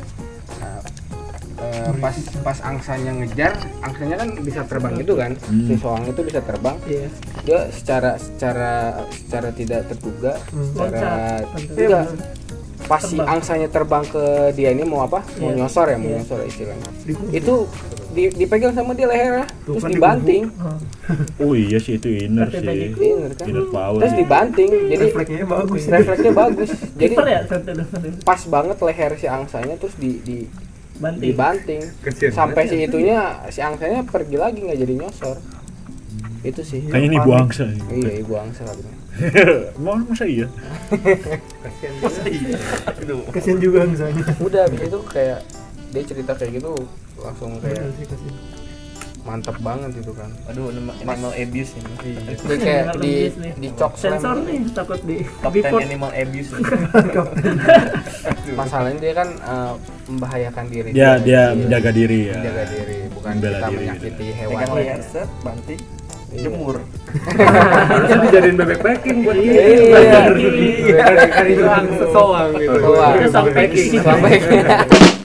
Speaker 6: Nah, eh, pas pas angsanya ngejar, angsanya kan bisa terbang gitu kan,
Speaker 1: Hmm.
Speaker 6: si soang itu bisa terbang.
Speaker 9: iya
Speaker 6: Dia secara secara secara tidak terduga, secara
Speaker 9: Hmm. Loncat.
Speaker 6: tidak
Speaker 9: Iya,
Speaker 6: pas si
Speaker 9: Terbang.
Speaker 6: angsanya terbang ke dia ini mau apa? Mau
Speaker 9: Iya.
Speaker 6: nyosor ya, mau
Speaker 9: Iya.
Speaker 6: nyosor istilahnya. Itu di- dipegang sama dia lehernya, terus
Speaker 9: kan
Speaker 6: dibanting.
Speaker 1: Oh iya sih itu inner sih.
Speaker 6: Inner kan?
Speaker 1: Inner power.
Speaker 6: Terus
Speaker 1: sih.
Speaker 6: dibanting, jadi
Speaker 2: Refleksnya bagus.
Speaker 6: refleksnya bagus. Jadi
Speaker 9: kiper ya tentu dong
Speaker 6: pas banget leher si angsanya terus di, di
Speaker 9: banting
Speaker 6: dibanting
Speaker 5: Kesian
Speaker 6: sampai si itunya si angsanya pergi lagi nggak jadi nyosor itu sih
Speaker 1: Kayaknya ini ibu angsa. nih.
Speaker 6: iya ibu angsa katanya.
Speaker 1: <laughs> Mau masa iya?
Speaker 2: Kesian juga misalnya.
Speaker 6: udah abis itu kayak dia cerita kayak gitu langsung
Speaker 2: Iya
Speaker 6: kayak
Speaker 2: sih kasih.
Speaker 6: mantep banget gitu kan
Speaker 5: Aduh, animal animal abuse ini.
Speaker 6: dia kayak
Speaker 9: Iya,
Speaker 6: di
Speaker 9: abuse nih.
Speaker 6: di cok
Speaker 9: sensor nih takut di
Speaker 5: Top
Speaker 9: di
Speaker 5: 10
Speaker 9: port.
Speaker 5: animal abuse. <laughs>
Speaker 6: masalahnya dia kan eh, membahayakan diri
Speaker 1: Dia dia
Speaker 6: Iya.
Speaker 1: menjaga diri ya.
Speaker 6: menjaga diri bukan
Speaker 1: Membela
Speaker 6: kita
Speaker 1: diri,
Speaker 6: menyakiti hewan
Speaker 5: Pegang leher set, banting, jemur.
Speaker 2: Harusnya dijadiin bebek packing buat dia.
Speaker 6: iya
Speaker 2: Iya.
Speaker 6: soang gitu
Speaker 9: Itu Iya, sampai
Speaker 6: sampai